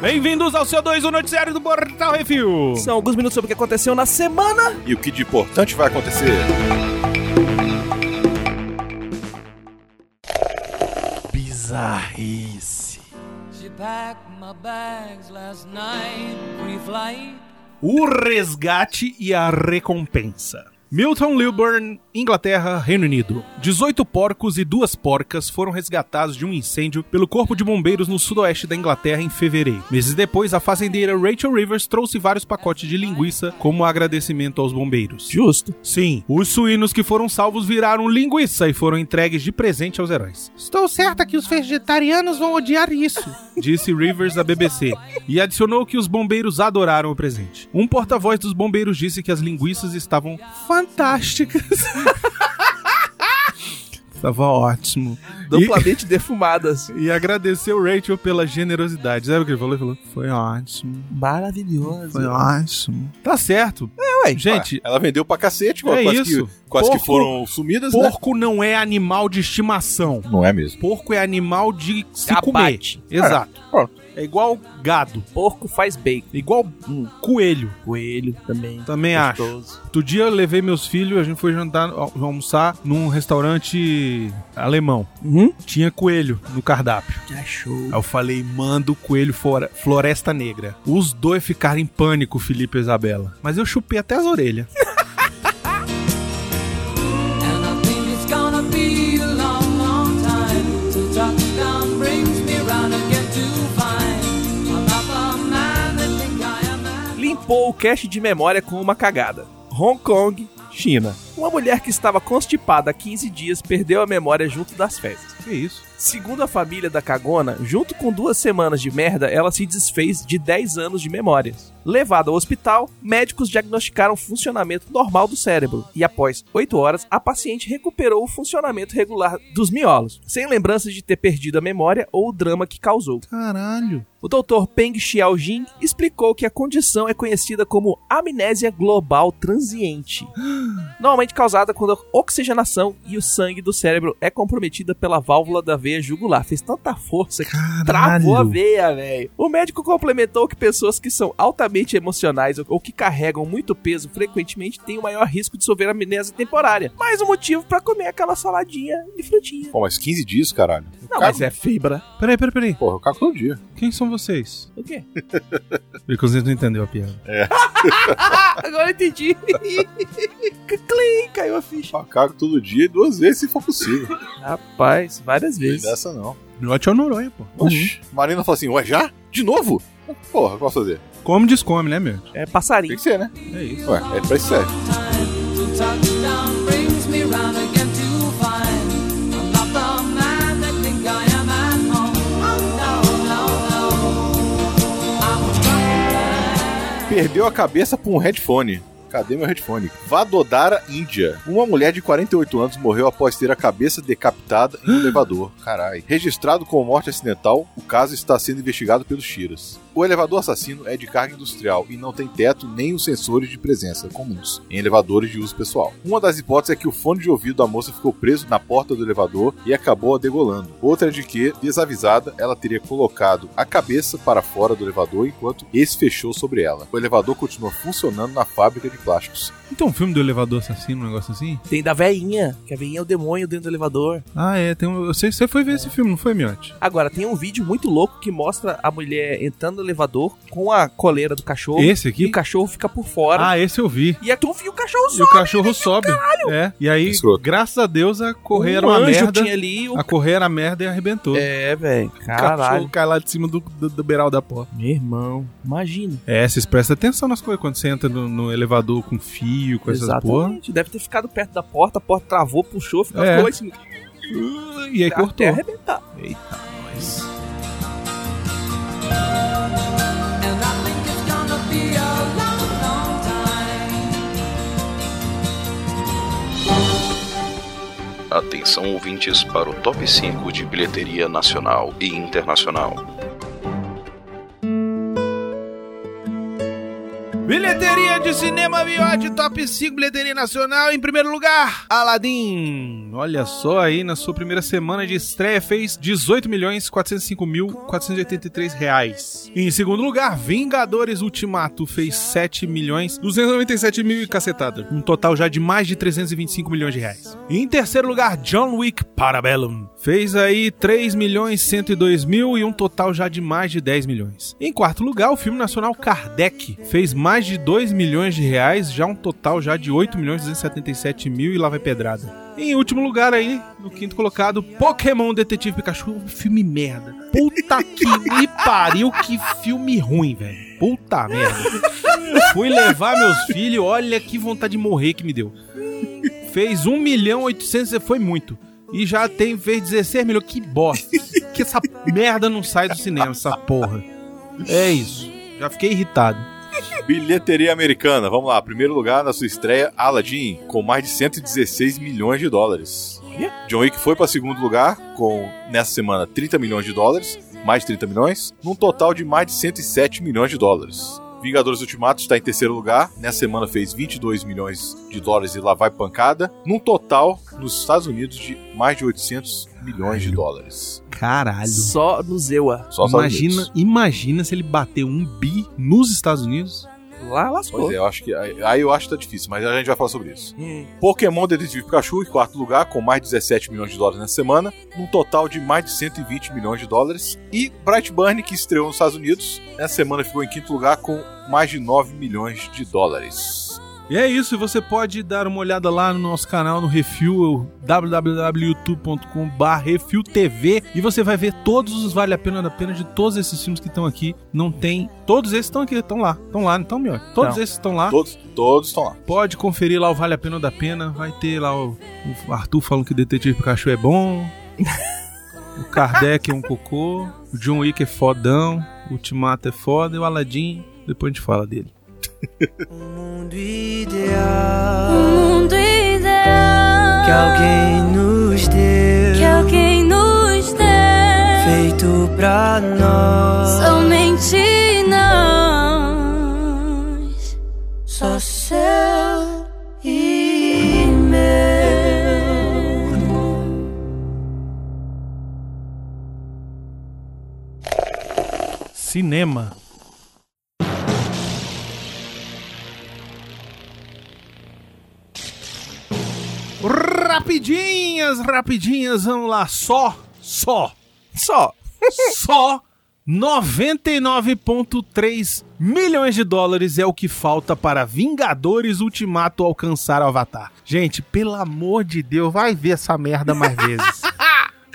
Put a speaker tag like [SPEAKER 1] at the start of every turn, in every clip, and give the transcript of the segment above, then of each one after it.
[SPEAKER 1] Bem-vindos ao CO2, o noticiário do Portal Refil.
[SPEAKER 2] São alguns minutos sobre o que aconteceu na semana.
[SPEAKER 3] E o que de importante vai acontecer?
[SPEAKER 2] Bizarrice.
[SPEAKER 4] She packed my bags last night, pre-flight.
[SPEAKER 1] O resgate e a recompensa. Milton Lilburn, Inglaterra, Reino Unido. 18 porcos e duas porcas foram resgatados de um incêndio pelo Corpo de Bombeiros no sudoeste da Inglaterra em fevereiro. Meses depois, a fazendeira Rachel Rivers trouxe vários pacotes de linguiça como agradecimento aos bombeiros.
[SPEAKER 2] Justo.
[SPEAKER 1] Sim, os suínos que foram salvos viraram linguiça e foram entregues de presente aos heróis. Estou certa que os vegetarianos vão odiar isso, disse Rivers à BBC, e adicionou que os bombeiros adoraram o presente. Um porta-voz dos bombeiros disse que as linguiças estavam fantásticas. Tava ótimo.
[SPEAKER 2] Duplamente assim. defumadas.
[SPEAKER 1] E agradeceu Rachel pela generosidade. Sabe o que ele falou? Ele falou: Foi ótimo.
[SPEAKER 2] Maravilhoso.
[SPEAKER 1] ótimo. Tá certo. É,
[SPEAKER 2] ué.
[SPEAKER 1] Gente,
[SPEAKER 3] Ela vendeu pra cacete, com
[SPEAKER 1] É
[SPEAKER 3] as,
[SPEAKER 1] isso.
[SPEAKER 3] que, com as que
[SPEAKER 1] Porco.
[SPEAKER 3] foram sumidas, né?
[SPEAKER 1] porco não é animal de estimação.
[SPEAKER 3] Não é mesmo.
[SPEAKER 1] Porco é animal de se
[SPEAKER 2] Abate.
[SPEAKER 1] comer. Exato.
[SPEAKER 2] pronto.
[SPEAKER 1] É igual gado,
[SPEAKER 2] Porco faz bacon.
[SPEAKER 1] igual um coelho.
[SPEAKER 2] Coelho também.
[SPEAKER 1] Também acho.
[SPEAKER 2] Gostoso.
[SPEAKER 1] Outro dia eu levei meus filhos, a gente foi jantar, al- almoçar num restaurante alemão.
[SPEAKER 2] Uhum.
[SPEAKER 1] Tinha coelho no cardápio.
[SPEAKER 2] Que show.
[SPEAKER 1] Aí eu falei, manda o coelho fora, Floresta Negra. Os dois ficaram em pânico, Felipe e Isabela. Mas eu chupei até as orelhas.
[SPEAKER 4] And I think it's gonna be a long, long time till touchdown brings me round again to find I'm not the man they think I am. And
[SPEAKER 2] Limpou o cache de memória com uma cagada. Hong Kong, China. Uma mulher que estava constipada há 15 dias perdeu a memória junto das festas.
[SPEAKER 1] Que isso?
[SPEAKER 2] Segundo a família da cagona, junto com duas semanas de merda, ela se desfez de 10 anos de memórias. Levada ao hospital, médicos diagnosticaram funcionamento normal do cérebro e após 8 horas, a paciente recuperou o funcionamento regular dos miolos, sem lembranças de ter perdido a memória ou o drama que causou.
[SPEAKER 1] Caralho.
[SPEAKER 2] O Dr. Peng Xiaojing explicou que a condição é conhecida como amnésia global transiente, normalmente causada quando a oxigenação e o sangue do cérebro é comprometida pela válvula da veia jugular. Fez tanta força que travou a veia, velho. O médico complementou que pessoas que são altamente emocionais ou que carregam muito peso frequentemente têm o maior risco de sofrer amnésia temporária. Mais um motivo pra comer aquela saladinha e frutinha.
[SPEAKER 3] Pô, mas 15 dias, caralho. Eu
[SPEAKER 2] Não,
[SPEAKER 3] cago-
[SPEAKER 2] mas é fibra.
[SPEAKER 1] Peraí, peraí, peraí.
[SPEAKER 3] Porra, eu cago todo dia.
[SPEAKER 1] Quem são vocês?
[SPEAKER 2] O quê?
[SPEAKER 1] Bricozinho não entendeu a piada.
[SPEAKER 2] Ah, agora eu entendi. Clim, caiu a ficha.
[SPEAKER 3] Eu cago todo dia e duas vezes se for possível.
[SPEAKER 2] Rapaz, várias
[SPEAKER 3] Não tem
[SPEAKER 2] vezes.
[SPEAKER 3] dessa não.
[SPEAKER 1] Norte é o Noronha, pô.
[SPEAKER 3] Oxi. Marina fala assim, ué, já? De novo? Porra, eu posso fazer?
[SPEAKER 1] Come, descome, né, meu?
[SPEAKER 2] É
[SPEAKER 3] Tem
[SPEAKER 2] passarinho.
[SPEAKER 3] que ser, né?
[SPEAKER 1] É isso.
[SPEAKER 3] Ué, é pra isso que serve.
[SPEAKER 4] time till touchdown brings me round again to find I'm not the man they think I am at home. Oh no, no, no. I'm a
[SPEAKER 3] Perdeu a cabeça por um headphone. Cadê meu headphone? Vadodara, Índia. Uma mulher de 48 anos morreu após ter a cabeça decapitada em um elevador. Carai. Registrado como morte acidental, o caso está sendo investigado pelos tiras. O elevador assassino é de carga industrial e não tem teto nem os sensores de presença comuns em elevadores de uso pessoal. Uma das hipóteses é que o fone de ouvido da moça ficou preso na porta do elevador e acabou a degolando. Outra é de que, desavisada, ela teria colocado a cabeça para fora do elevador enquanto esse fechou sobre ela. O elevador continua funcionando na fábrica de plásticos.
[SPEAKER 1] Então, um filme do elevador assassino, um negócio assim?
[SPEAKER 2] Tem da veinha, que a veinha é o demônio dentro do elevador.
[SPEAKER 1] Ah, é. Tem um... Você, você foi ver esse filme, não foi, Miote?
[SPEAKER 2] Agora, tem um vídeo muito louco que mostra a mulher entrando no elevador com a coleira do cachorro.
[SPEAKER 1] Esse
[SPEAKER 2] E
[SPEAKER 1] aqui?
[SPEAKER 2] o cachorro fica por fora.
[SPEAKER 1] Ah, esse eu vi.
[SPEAKER 2] E a tu viu o cachorro
[SPEAKER 1] E o
[SPEAKER 2] só.
[SPEAKER 1] cachorro sobe. É. E aí,
[SPEAKER 3] Escroto.
[SPEAKER 1] graças a Deus, a correr era
[SPEAKER 2] um
[SPEAKER 1] uma
[SPEAKER 2] anjo
[SPEAKER 1] merda.
[SPEAKER 2] tinha ali. O...
[SPEAKER 1] A correr era merda e arrebentou.
[SPEAKER 2] É, velho.
[SPEAKER 1] O cachorro
[SPEAKER 2] Caralho.
[SPEAKER 1] cai lá de cima do, do, do beiral da porta.
[SPEAKER 2] Meu irmão, imagina.
[SPEAKER 1] É, vocês prestam atenção nas coisas quando você entra no, no elevador com fio, com essas porra.
[SPEAKER 2] Exatamente. Deve ter ficado perto da porta, a porta travou, puxou, ficou
[SPEAKER 1] É.
[SPEAKER 2] ficou assim.
[SPEAKER 1] E aí cortou.
[SPEAKER 2] Até arrebentar.
[SPEAKER 1] Eita, nós.
[SPEAKER 4] And I think it's gonna be a long, long time.
[SPEAKER 5] Atenção ouvintes para o top 5 de bilheteria nacional e internacional.
[SPEAKER 1] Bilheteria de cinema Viote, top 5 bilheteria nacional. Em primeiro lugar, Aladdin. Olha só aí, na sua primeira semana de estreia fez 18.405.483 reais. Em segundo lugar, Vingadores Ultimato fez 7 milhões 297 mil e cacetada. Um total já de mais de 325 milhões de reais. Em terceiro lugar, John Wick Parabellum fez aí 3 milhões 102 mil e um total já de mais de 10 milhões. Em quarto lugar, o filme nacional Kardec fez mais de 2 milhões de reais, já um total já de 8 milhões 277 mil e lá vai pedrada. Em último lugar aí, no quinto colocado, Pokémon Detetive Pikachu, um filme merda. Puta que me pariu, que filme ruim, velho. Puta merda. Fui levar meus filhos, olha que vontade de morrer que me deu. Fez 1 milhão 800, foi muito. E já tem, fez 16 milhões, que bosta. Que essa merda não sai do cinema, essa porra. É isso, já fiquei irritado.
[SPEAKER 3] Bilheteria americana, vamos lá. Primeiro lugar na sua estreia, Aladdin, com mais de 116 milhões de dólares. John Wick foi para segundo lugar, com nessa semana 30 milhões de dólares, mais 30 milhões, num total de mais de 107 milhões de dólares. Vingadores Ultimato está em terceiro lugar, nessa semana fez 22 milhões de dólares e lá vai pancada, num total nos Estados Unidos de mais de 800 milhões de dólares.
[SPEAKER 1] Caralho.
[SPEAKER 2] Só no Zewa.
[SPEAKER 3] Só nos Estados
[SPEAKER 1] Imagina,
[SPEAKER 3] Unidos.
[SPEAKER 1] imagina se ele bater um bi nos Estados Unidos.
[SPEAKER 2] Lá lascou.
[SPEAKER 3] Pois é, eu acho que aí aí eu acho que tá difícil, mas a gente vai falar sobre isso.
[SPEAKER 2] Hum.
[SPEAKER 3] Pokémon Detetive Pikachu em quarto lugar, com mais de 17 milhões de dólares na semana, num total de mais de 120 milhões de dólares. E Brightburn, que estreou nos Estados Unidos, nessa semana ficou em quinto lugar com mais de 9 milhões de dólares.
[SPEAKER 1] E é isso, e você pode dar uma olhada lá no nosso canal no Refil, www.youtube.com.br RefilTV, e você vai ver todos os Vale a Pena da Pena de todos esses filmes que estão aqui. Não tem. Todos esses estão aqui, estão lá, estão lá, então, meu. Todos
[SPEAKER 2] Então.
[SPEAKER 1] esses estão lá.
[SPEAKER 3] Todos, todos estão lá.
[SPEAKER 1] Pode conferir lá o Vale a Pena da Pena. Vai ter lá o, o Arthur falando que o Detetive Pikachu é bom. o Kardec é um cocô. O John Wick é fodão. O Ultimato é foda. E o Aladdin, depois a gente fala dele.
[SPEAKER 6] mundo ideal
[SPEAKER 7] O mundo ideal
[SPEAKER 6] que alguém nos deu,
[SPEAKER 7] que alguém nos deu.
[SPEAKER 6] feito pra nós.
[SPEAKER 7] Somente nós.
[SPEAKER 6] Só seu e meu.
[SPEAKER 1] Cinema. Rapidinhas, rapidinhas, vamos lá. Só, só,
[SPEAKER 2] Só.
[SPEAKER 1] só 99,3 milhões de dólares é o que falta para Vingadores Ultimato alcançar o Avatar. Gente, pelo amor de Deus, vai ver essa merda mais vezes.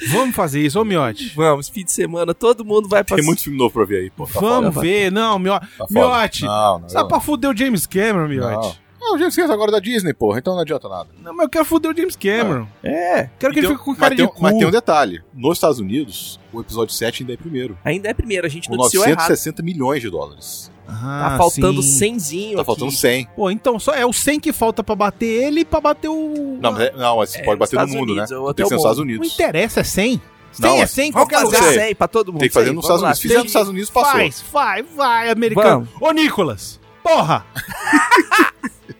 [SPEAKER 1] Vamos fazer isso, ô Miote.
[SPEAKER 2] Vamos, fim de semana, todo mundo vai pra
[SPEAKER 3] Tem muito filme novo pra ver aí, pô. Tá
[SPEAKER 1] Vamos
[SPEAKER 3] foda.
[SPEAKER 1] ver. Não, Miote.
[SPEAKER 3] Tá foda.
[SPEAKER 1] Miote.
[SPEAKER 3] Não, não,
[SPEAKER 1] Só tá pra fuder o James Cameron, Miote.
[SPEAKER 3] não. Não, o James Cameron agora é da Disney, porra, então não adianta nada.
[SPEAKER 1] Não, mas eu quero foder o James Cameron.
[SPEAKER 2] É.
[SPEAKER 1] Quero que
[SPEAKER 3] Então,
[SPEAKER 1] ele fique com cara
[SPEAKER 3] mas, tem,
[SPEAKER 1] de
[SPEAKER 3] um-
[SPEAKER 1] cu.
[SPEAKER 3] mas tem um detalhe: nos Estados Unidos, o episódio 7 ainda é primeiro,
[SPEAKER 2] Ainda é primeiro, a gente
[SPEAKER 3] com
[SPEAKER 2] noticiou errado.
[SPEAKER 3] 960 milhões de dólares.
[SPEAKER 1] Ah,
[SPEAKER 2] Tá faltando
[SPEAKER 1] sim.
[SPEAKER 2] 100zinho
[SPEAKER 3] Tá faltando
[SPEAKER 2] aqui.
[SPEAKER 3] 100.
[SPEAKER 1] Pô, então só é o 100 que falta pra bater ele e pra bater o...
[SPEAKER 3] Não, mas, é- não, mas você
[SPEAKER 2] É,
[SPEAKER 3] pode bater
[SPEAKER 2] Estados
[SPEAKER 3] no mundo,
[SPEAKER 2] Unidos,
[SPEAKER 3] né?
[SPEAKER 2] ou até
[SPEAKER 3] Tem que ser
[SPEAKER 2] o
[SPEAKER 3] nos Estados
[SPEAKER 2] mundo.
[SPEAKER 1] Não
[SPEAKER 3] Unidos.
[SPEAKER 1] interessa, é 100. 100
[SPEAKER 3] Não,
[SPEAKER 1] é
[SPEAKER 3] é-
[SPEAKER 1] 100 em
[SPEAKER 2] Vamos
[SPEAKER 1] qualquer
[SPEAKER 2] fazer
[SPEAKER 1] lugar.
[SPEAKER 3] sei.
[SPEAKER 2] 100 pra todo mundo.
[SPEAKER 3] Tem que fazer
[SPEAKER 2] 100,
[SPEAKER 3] nos
[SPEAKER 2] vamos
[SPEAKER 3] Estados
[SPEAKER 2] lá,
[SPEAKER 3] Unidos. Fizeram nos
[SPEAKER 2] 100.
[SPEAKER 3] Estados Unidos, passou.
[SPEAKER 1] Faz, faz, vai, americano. Ô, Nicolas. Porra.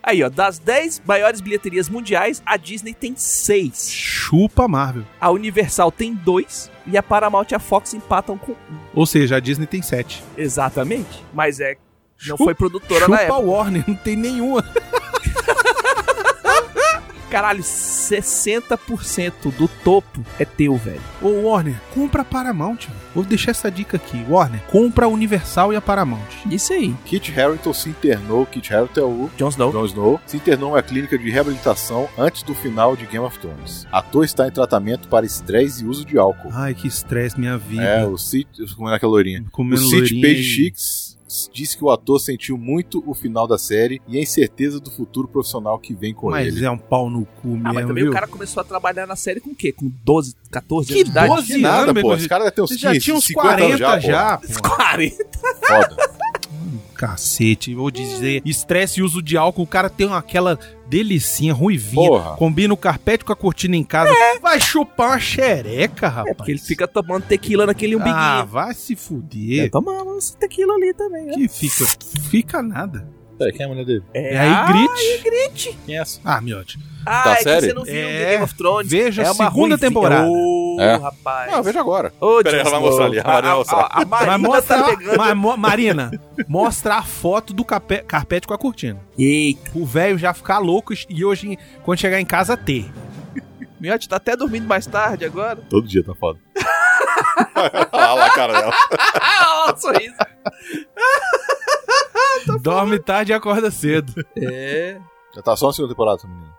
[SPEAKER 2] Aí, ó, das 10 maiores bilheterias mundiais, a Disney tem 6.
[SPEAKER 1] Chupa Marvel.
[SPEAKER 2] A Universal tem 2 e a Paramount e a Fox empatam com 1.
[SPEAKER 1] Ou seja, a Disney tem 7.
[SPEAKER 2] Exatamente. Mas é, não
[SPEAKER 1] Chupa-
[SPEAKER 2] foi produtora na
[SPEAKER 1] Chupa
[SPEAKER 2] época.
[SPEAKER 1] Warner, não tem nenhuma.
[SPEAKER 2] Caralho, 60% do topo é teu, velho.
[SPEAKER 1] Ô, Warner, compra a Paramount. velho. Vou deixar essa dica aqui. Warner, compra a Universal e a Paramount.
[SPEAKER 2] Isso aí.
[SPEAKER 3] Kit Harington se internou, Kit Harington é o
[SPEAKER 2] Jon Snow.
[SPEAKER 3] Jon Snow, se internou em uma clínica de reabilitação antes do final de Game of Thrones. Ator está em tratamento para estresse e uso de álcool.
[SPEAKER 1] Ai, que estresse, minha vida.
[SPEAKER 3] É, o Sid, como é aquela loirinha? O
[SPEAKER 1] Comendo
[SPEAKER 3] Sid
[SPEAKER 1] loirinha
[SPEAKER 3] Page
[SPEAKER 1] e-
[SPEAKER 3] Chicks disse que o ator sentiu muito o final da série e a incerteza do futuro profissional que vem com
[SPEAKER 1] Mas
[SPEAKER 3] ele.
[SPEAKER 1] é um pau no cu mesmo,
[SPEAKER 2] Ah, mas também
[SPEAKER 1] viu?
[SPEAKER 2] o cara começou a trabalhar na série com o quê? Com 12, 14
[SPEAKER 1] Que
[SPEAKER 2] anos é de idade?
[SPEAKER 1] 12?
[SPEAKER 3] Que nada,
[SPEAKER 1] anos,
[SPEAKER 3] pô.
[SPEAKER 1] Beto,
[SPEAKER 3] Esse cara deve ter uns
[SPEAKER 1] Você
[SPEAKER 3] 15,
[SPEAKER 1] já tinha uns
[SPEAKER 3] 50
[SPEAKER 1] 40
[SPEAKER 3] anos
[SPEAKER 1] já,
[SPEAKER 3] já.
[SPEAKER 1] pô.
[SPEAKER 2] 40.
[SPEAKER 3] pô. Foda.
[SPEAKER 1] Cacete, vou dizer. Estresse e uso de álcool, o cara tem uma- aquela delicinha, ruivinha.
[SPEAKER 3] Porra.
[SPEAKER 1] Combina o carpete com a cortina em casa. Vai chupar uma xereca, rapaz.
[SPEAKER 2] É porque ele fica tomando tequila naquele umbiguinho. Tá
[SPEAKER 1] Ah, vai se fuder.
[SPEAKER 3] É.
[SPEAKER 2] tomando tequila ali também, né?
[SPEAKER 1] Que fica, fica nada.
[SPEAKER 8] Peraí, quem é a mulher dele?
[SPEAKER 1] É a Ygritte.
[SPEAKER 8] Quem é essa?
[SPEAKER 1] Ah, miote.
[SPEAKER 2] Ah,
[SPEAKER 8] Da
[SPEAKER 2] é Ah, que
[SPEAKER 8] Tá série?
[SPEAKER 2] você não viu
[SPEAKER 1] É,
[SPEAKER 2] Game of Thrones.
[SPEAKER 1] veja
[SPEAKER 2] é
[SPEAKER 1] a
[SPEAKER 2] uma
[SPEAKER 1] segunda
[SPEAKER 2] ruivinha.
[SPEAKER 1] temporada.
[SPEAKER 2] Ô,
[SPEAKER 8] É.
[SPEAKER 2] rapaz.
[SPEAKER 3] Não, veja agora.
[SPEAKER 2] Ô,
[SPEAKER 8] Pera aí, ela
[SPEAKER 2] Jon
[SPEAKER 8] vai mostrar ali,
[SPEAKER 2] Snow.
[SPEAKER 8] a Marina vai
[SPEAKER 2] A,
[SPEAKER 8] mostrar.
[SPEAKER 2] a, a Marina
[SPEAKER 1] Mas mostra,
[SPEAKER 2] tá pegando.
[SPEAKER 1] mas mo- Marina, mostra a foto do cape- carpete com a cortina.
[SPEAKER 2] Eita,
[SPEAKER 1] O velho já ficar louco e hoje, quando chegar em casa, ter.
[SPEAKER 2] Miotti tá até dormindo mais tarde agora.
[SPEAKER 3] Todo dia tá foda. Olha lá a cara dela.
[SPEAKER 2] Ah, olha o sorriso.
[SPEAKER 1] Dorme tarde e acorda cedo.
[SPEAKER 2] É.
[SPEAKER 3] Já tá só na segunda temporada, essa menina.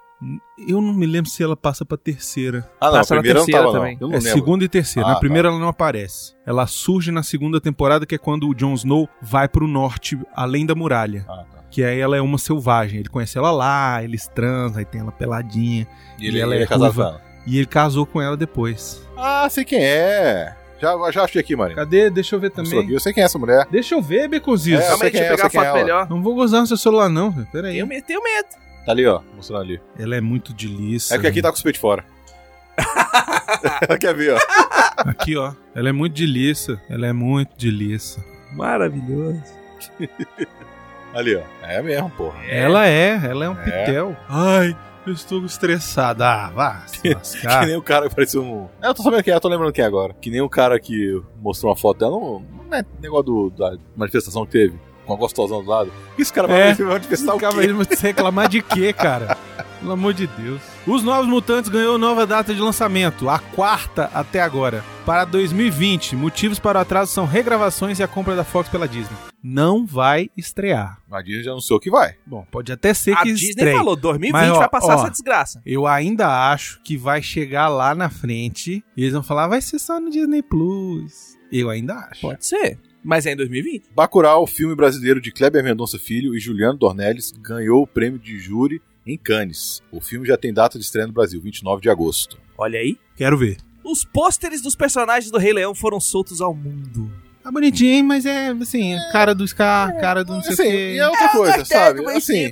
[SPEAKER 1] Eu não me lembro se ela passa pra terceira.
[SPEAKER 3] Ah, não,
[SPEAKER 2] Passa
[SPEAKER 3] a
[SPEAKER 2] na
[SPEAKER 3] primeira não
[SPEAKER 2] terceira
[SPEAKER 3] tava,
[SPEAKER 2] também.
[SPEAKER 3] não. Eu não
[SPEAKER 1] É
[SPEAKER 3] lembro.
[SPEAKER 1] segunda e terceira.
[SPEAKER 3] Ah,
[SPEAKER 1] na primeira ela não aparece. Ela surge na segunda temporada, que é quando o Jon Snow vai pro norte, além da muralha.
[SPEAKER 3] Ah, tá.
[SPEAKER 1] Que aí ela é uma selvagem. Ele conhece ela lá, eles transam, aí tem ela peladinha.
[SPEAKER 3] E ele,
[SPEAKER 1] E ela
[SPEAKER 3] ele
[SPEAKER 1] é
[SPEAKER 3] é casado com
[SPEAKER 1] ruiva.
[SPEAKER 3] ela.
[SPEAKER 1] E ele casou com ela depois.
[SPEAKER 3] Ah, sei quem é. Já, já achei aqui, Marina.
[SPEAKER 1] Cadê? Deixa eu ver
[SPEAKER 3] Mostrou aqui.
[SPEAKER 1] também.
[SPEAKER 3] Eu sei quem é essa mulher.
[SPEAKER 1] Deixa eu ver, Beconzitos.
[SPEAKER 3] É, eu sei
[SPEAKER 2] Calma aí,
[SPEAKER 3] quem
[SPEAKER 2] deixa eu
[SPEAKER 3] eu
[SPEAKER 2] pegar a
[SPEAKER 3] sei quem é
[SPEAKER 2] foto
[SPEAKER 3] ela.
[SPEAKER 2] melhor.
[SPEAKER 1] Não vou gozar no seu celular, não, velho. Pera aí.
[SPEAKER 2] Tenho medo, tenho medo.
[SPEAKER 3] Tá ali, ó. Mostrando ali.
[SPEAKER 1] Ela é muito de liça.
[SPEAKER 3] É porque aqui tá com os peitos fora. Quer ver, ó.
[SPEAKER 1] Aqui, ó. Ela é muito de liça. Ela é muito de liça.
[SPEAKER 2] Maravilhoso.
[SPEAKER 3] Ali, ó. É mesmo, porra.
[SPEAKER 1] Ela é, ela é um
[SPEAKER 3] É.
[SPEAKER 1] pitel. Ai, eu estou estressado. Ah, vá se
[SPEAKER 3] Que
[SPEAKER 1] lascar.
[SPEAKER 3] nem o cara que parecia um. É, Eu tô sabendo quem é, eu tô lembrando quem é agora. Que nem o cara que mostrou uma foto dela. Não, não é negócio do- da manifestação que teve. Com a gostosão do lado. Esse cara vai
[SPEAKER 1] É.
[SPEAKER 3] vai manifestar o
[SPEAKER 1] Ficava
[SPEAKER 3] quê?
[SPEAKER 1] aí, mas se reclamar de quê, cara? Pelo amor de Deus. Os Novos Mutantes ganhou nova data de lançamento, a quarta até agora. Para 2020, motivos para o atraso são regravações e a compra da Fox pela Disney. Não vai estrear.
[SPEAKER 3] A Disney já anunciou que vai.
[SPEAKER 1] Bom, pode até ser
[SPEAKER 2] A
[SPEAKER 1] que
[SPEAKER 2] Disney
[SPEAKER 1] estreie.
[SPEAKER 2] falou, 2020
[SPEAKER 1] Mas, ó,
[SPEAKER 2] vai passar
[SPEAKER 1] ó.
[SPEAKER 2] essa desgraça.
[SPEAKER 1] Eu ainda acho que vai chegar lá na frente e eles vão falar, vai ser só no Disney Plus. Eu ainda acho.
[SPEAKER 2] Pode ser. Mas é em 2020.
[SPEAKER 3] Bacurau, filme brasileiro de Kleber Mendonça Filho e Juliano Dornelles, ganhou o prêmio de júri em Cannes. O filme já tem data de estreia no Brasil, 29 de agosto.
[SPEAKER 2] Olha aí.
[SPEAKER 1] Quero ver.
[SPEAKER 2] Os pôsteres dos personagens do Rei Leão foram soltos ao mundo.
[SPEAKER 1] Tá bonitinho, hein? mas é assim, a cara do Scar, a cara do não sei o
[SPEAKER 3] Assim,
[SPEAKER 1] quê.
[SPEAKER 3] e é outra coisa, sabe? Assim,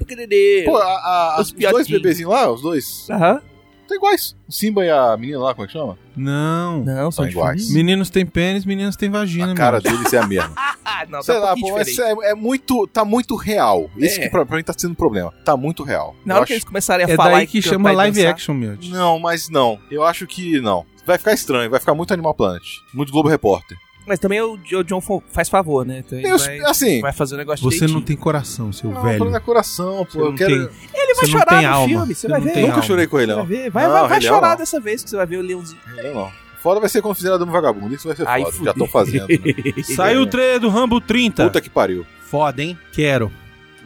[SPEAKER 3] pô,
[SPEAKER 2] Aham.
[SPEAKER 3] a- a-
[SPEAKER 2] Os
[SPEAKER 3] os dois
[SPEAKER 2] piotinhos.
[SPEAKER 3] bebezinhos lá, os dois, estão iguais. O Simba e a menina lá, como é que chama?
[SPEAKER 1] Não.
[SPEAKER 2] Não,
[SPEAKER 3] São iguais.
[SPEAKER 1] Meninos têm pênis, meninas têm vagina.
[SPEAKER 3] A cara
[SPEAKER 1] meu.
[SPEAKER 3] deles é a mesma.
[SPEAKER 2] Ah, não,
[SPEAKER 3] Sei
[SPEAKER 2] tá um
[SPEAKER 3] lá,
[SPEAKER 2] pouquinho
[SPEAKER 3] pô, mas
[SPEAKER 2] diferente.
[SPEAKER 3] é, é muito, tá muito real. Isso
[SPEAKER 2] É.
[SPEAKER 3] que pra, pra mim tá sendo um problema. Tá muito real.
[SPEAKER 2] Na
[SPEAKER 3] Eu
[SPEAKER 2] hora
[SPEAKER 3] acho-
[SPEAKER 2] que eles começarem a
[SPEAKER 1] É
[SPEAKER 2] falar
[SPEAKER 1] daí
[SPEAKER 2] e
[SPEAKER 1] que
[SPEAKER 2] cantar
[SPEAKER 1] chama
[SPEAKER 2] e
[SPEAKER 1] live
[SPEAKER 2] dançar,
[SPEAKER 1] action, meu.
[SPEAKER 3] Não, mas não. Eu acho que não. Vai ficar estranho, vai ficar muito Animal Planet. Muito Globo Repórter.
[SPEAKER 2] Mas também o, o John fo- faz favor, né? Então ele
[SPEAKER 3] Tem os-
[SPEAKER 2] vai,
[SPEAKER 3] assim,
[SPEAKER 2] vai fazer o negócio
[SPEAKER 1] Você não
[SPEAKER 2] direitinho.
[SPEAKER 1] tem coração, seu
[SPEAKER 3] Não,
[SPEAKER 1] velho.
[SPEAKER 3] falando da coração,
[SPEAKER 1] Você
[SPEAKER 3] pô. Eu
[SPEAKER 1] não
[SPEAKER 3] quero.
[SPEAKER 1] tem-
[SPEAKER 2] Ele vai
[SPEAKER 1] você não
[SPEAKER 2] chorar
[SPEAKER 1] tem
[SPEAKER 2] no
[SPEAKER 1] alma.
[SPEAKER 2] filme, você
[SPEAKER 1] Você
[SPEAKER 2] vai
[SPEAKER 1] não
[SPEAKER 2] ver.
[SPEAKER 1] tem
[SPEAKER 3] Nunca
[SPEAKER 1] alma.
[SPEAKER 3] chorei com ele,
[SPEAKER 2] Você vai
[SPEAKER 3] não.
[SPEAKER 2] ver. Vai,
[SPEAKER 3] Não,
[SPEAKER 2] vai, vai
[SPEAKER 3] Rei Leão
[SPEAKER 2] chorar
[SPEAKER 3] não.
[SPEAKER 2] dessa vez que você vai ver o leãozinho.
[SPEAKER 3] Não, não. Foda vai ser quando fizeram a Dama Vagabundo. Isso vai ser
[SPEAKER 2] Aí
[SPEAKER 3] foda.
[SPEAKER 2] fudeu.
[SPEAKER 3] Já estão fazendo. Né?
[SPEAKER 1] Saiu o trailer do Rambo 30.
[SPEAKER 3] Puta que pariu.
[SPEAKER 1] Foda, hein? Quero.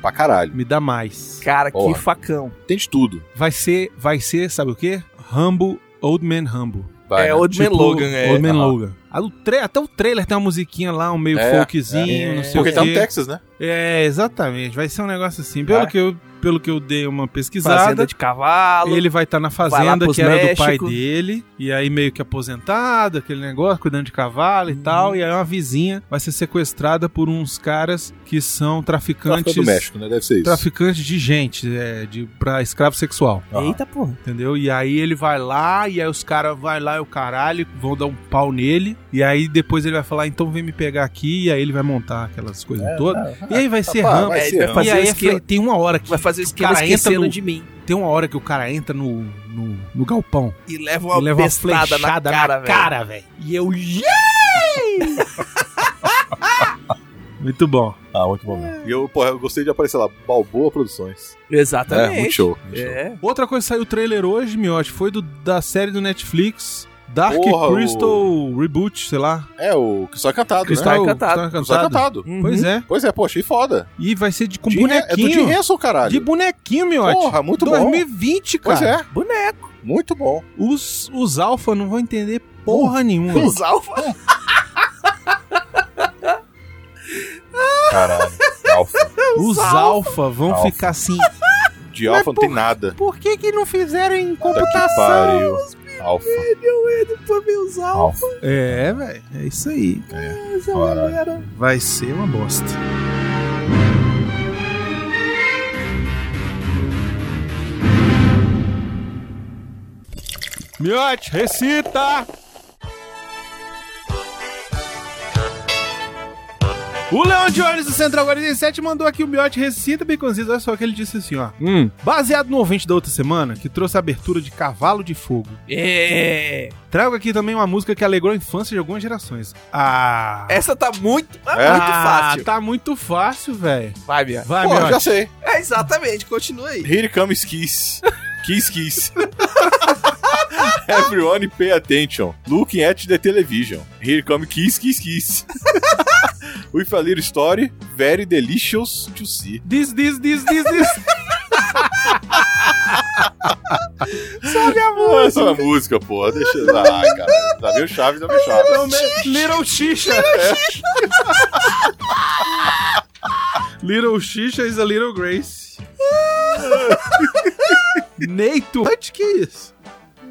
[SPEAKER 3] Pra caralho.
[SPEAKER 1] Me dá mais.
[SPEAKER 2] Cara,
[SPEAKER 3] Porra.
[SPEAKER 2] que facão.
[SPEAKER 3] Tem de tudo.
[SPEAKER 1] Vai ser, vai ser, sabe o quê? Rambo, Old Man Rambo.
[SPEAKER 3] Vai,
[SPEAKER 2] é
[SPEAKER 3] né?
[SPEAKER 2] Old Man Logan, é.
[SPEAKER 1] Tipo, Old Man
[SPEAKER 3] Aham.
[SPEAKER 1] Logan. Ah, o tra- até o trailer tem uma musiquinha lá, um meio
[SPEAKER 3] É,
[SPEAKER 1] folkzinho, não sei
[SPEAKER 3] Porque
[SPEAKER 1] o
[SPEAKER 3] tá
[SPEAKER 1] quê.
[SPEAKER 3] no Tá. Texas, né?
[SPEAKER 1] É, exatamente. Vai ser um negócio assim. Pelo,
[SPEAKER 2] Vai.
[SPEAKER 1] que, eu, pelo que eu dei uma pesquisada,
[SPEAKER 2] Fazenda de cavalo.
[SPEAKER 1] ele vai estar na
[SPEAKER 2] Vai lá
[SPEAKER 1] fazenda
[SPEAKER 2] pros
[SPEAKER 1] que era do pai
[SPEAKER 2] México.
[SPEAKER 1] dele. E aí meio que aposentado, aquele negócio, cuidando de cavalo
[SPEAKER 3] Uhum.
[SPEAKER 1] e tal. E aí uma vizinha vai ser sequestrada por uns caras que são
[SPEAKER 3] Traficante do
[SPEAKER 1] traficantes...
[SPEAKER 3] México, né? Deve ser isso.
[SPEAKER 1] Traficantes de gente, é, de, pra escravo sexual.
[SPEAKER 3] Aham.
[SPEAKER 2] Eita porra.
[SPEAKER 1] Entendeu? E aí ele vai lá, e aí os caras vai lá e o caralho, vão dar um pau nele. E aí depois ele vai falar, então vem me pegar aqui, e aí ele vai montar aquelas coisas todas. e aí vai ser
[SPEAKER 3] pá,
[SPEAKER 1] rampa.
[SPEAKER 3] vai
[SPEAKER 2] É,
[SPEAKER 3] ser né?
[SPEAKER 2] ele
[SPEAKER 3] rampa.
[SPEAKER 2] fazer
[SPEAKER 1] E aí
[SPEAKER 2] um
[SPEAKER 1] eu
[SPEAKER 2] esquema-
[SPEAKER 1] falei, tem uma hora que.
[SPEAKER 2] Vai fazer o esquema
[SPEAKER 1] cara entra
[SPEAKER 2] esquecendo
[SPEAKER 1] no-
[SPEAKER 2] de mim.
[SPEAKER 1] Tem uma hora que o cara entra no, no, no galpão
[SPEAKER 2] E leva uma
[SPEAKER 1] e leva uma
[SPEAKER 2] bestada na
[SPEAKER 1] flechada
[SPEAKER 2] cara, velho.
[SPEAKER 1] velho. E eu. "Yay!" Muito bom.
[SPEAKER 3] Ah, muito bom mesmo. E eu, porra, eu gostei de aparecer lá. Balboa Produções. É,
[SPEAKER 2] Exatamente.
[SPEAKER 3] muito show. muito show.
[SPEAKER 2] É.
[SPEAKER 1] Outra coisa que saiu o trailer hoje, Miotti, foi do, da série do Netflix. Dark
[SPEAKER 3] Porra, o-
[SPEAKER 1] Crystal Reboot, sei lá.
[SPEAKER 3] É, o que só é cantado,
[SPEAKER 1] Cristal
[SPEAKER 3] né?
[SPEAKER 2] Encantado.
[SPEAKER 1] Cristal
[SPEAKER 3] O Só é
[SPEAKER 1] Encantado.
[SPEAKER 3] cantado.
[SPEAKER 1] Pois é.
[SPEAKER 3] Pois é, pô, achei foda.
[SPEAKER 1] E vai ser de, com
[SPEAKER 3] De- É do Jim
[SPEAKER 1] bonequinho.
[SPEAKER 3] Henson, caralho.
[SPEAKER 1] de bonequinho, miote.
[SPEAKER 3] Porra, muito bom.
[SPEAKER 1] 2020,
[SPEAKER 3] Pois
[SPEAKER 1] cara.
[SPEAKER 3] é. Boneco. Muito bom.
[SPEAKER 1] Os, os alfa não vão entender porra nenhuma.
[SPEAKER 3] Hum.
[SPEAKER 2] Os alfa.
[SPEAKER 3] É. Caralho. Alfa.
[SPEAKER 1] Os alfa vão
[SPEAKER 3] Alfa.
[SPEAKER 1] ficar assim.
[SPEAKER 3] De alfa não tem nada.
[SPEAKER 1] Por que que não fizeram em
[SPEAKER 3] Puta que pariu. Alfa.
[SPEAKER 2] Os alfa.
[SPEAKER 3] Alfa.
[SPEAKER 1] É, velho. É isso aí. é
[SPEAKER 3] Caralho.
[SPEAKER 1] Vai ser uma bosta. Miote, recita! O Leon Jones do Central 47 mandou aqui o Miote Recita Baconzitos. Olha só o que ele disse assim, ó.
[SPEAKER 2] Hum.
[SPEAKER 1] Baseado no ouvinte da outra semana, que trouxe a abertura de Cavalo de Fogo.
[SPEAKER 2] É.
[SPEAKER 1] Trago aqui também uma música que alegrou a infância de algumas gerações. Ah...
[SPEAKER 2] Essa tá muito, mas
[SPEAKER 3] É?
[SPEAKER 2] muito
[SPEAKER 1] Ah,
[SPEAKER 2] fácil.
[SPEAKER 1] tá muito fácil, velho.
[SPEAKER 2] Vai, Bia.
[SPEAKER 1] Vai,
[SPEAKER 3] Pô,
[SPEAKER 1] Miote.
[SPEAKER 3] já sei.
[SPEAKER 2] É, exatamente, continua aí.
[SPEAKER 3] Here comes Kiss. Kiss, Kiss. Everyone pay attention. Looking at the television. Here come Kiss, Kiss, Kiss. With a little story, very delicious to see.
[SPEAKER 1] This, this, this, this, this.
[SPEAKER 3] Sabe a música? Essa é a música, pô. Deixa eu... Ah, cara. Dá meu chave, dá meu chave.
[SPEAKER 1] Little Xixi. little Xixi is a little Grace. Neito. Onde que é isso?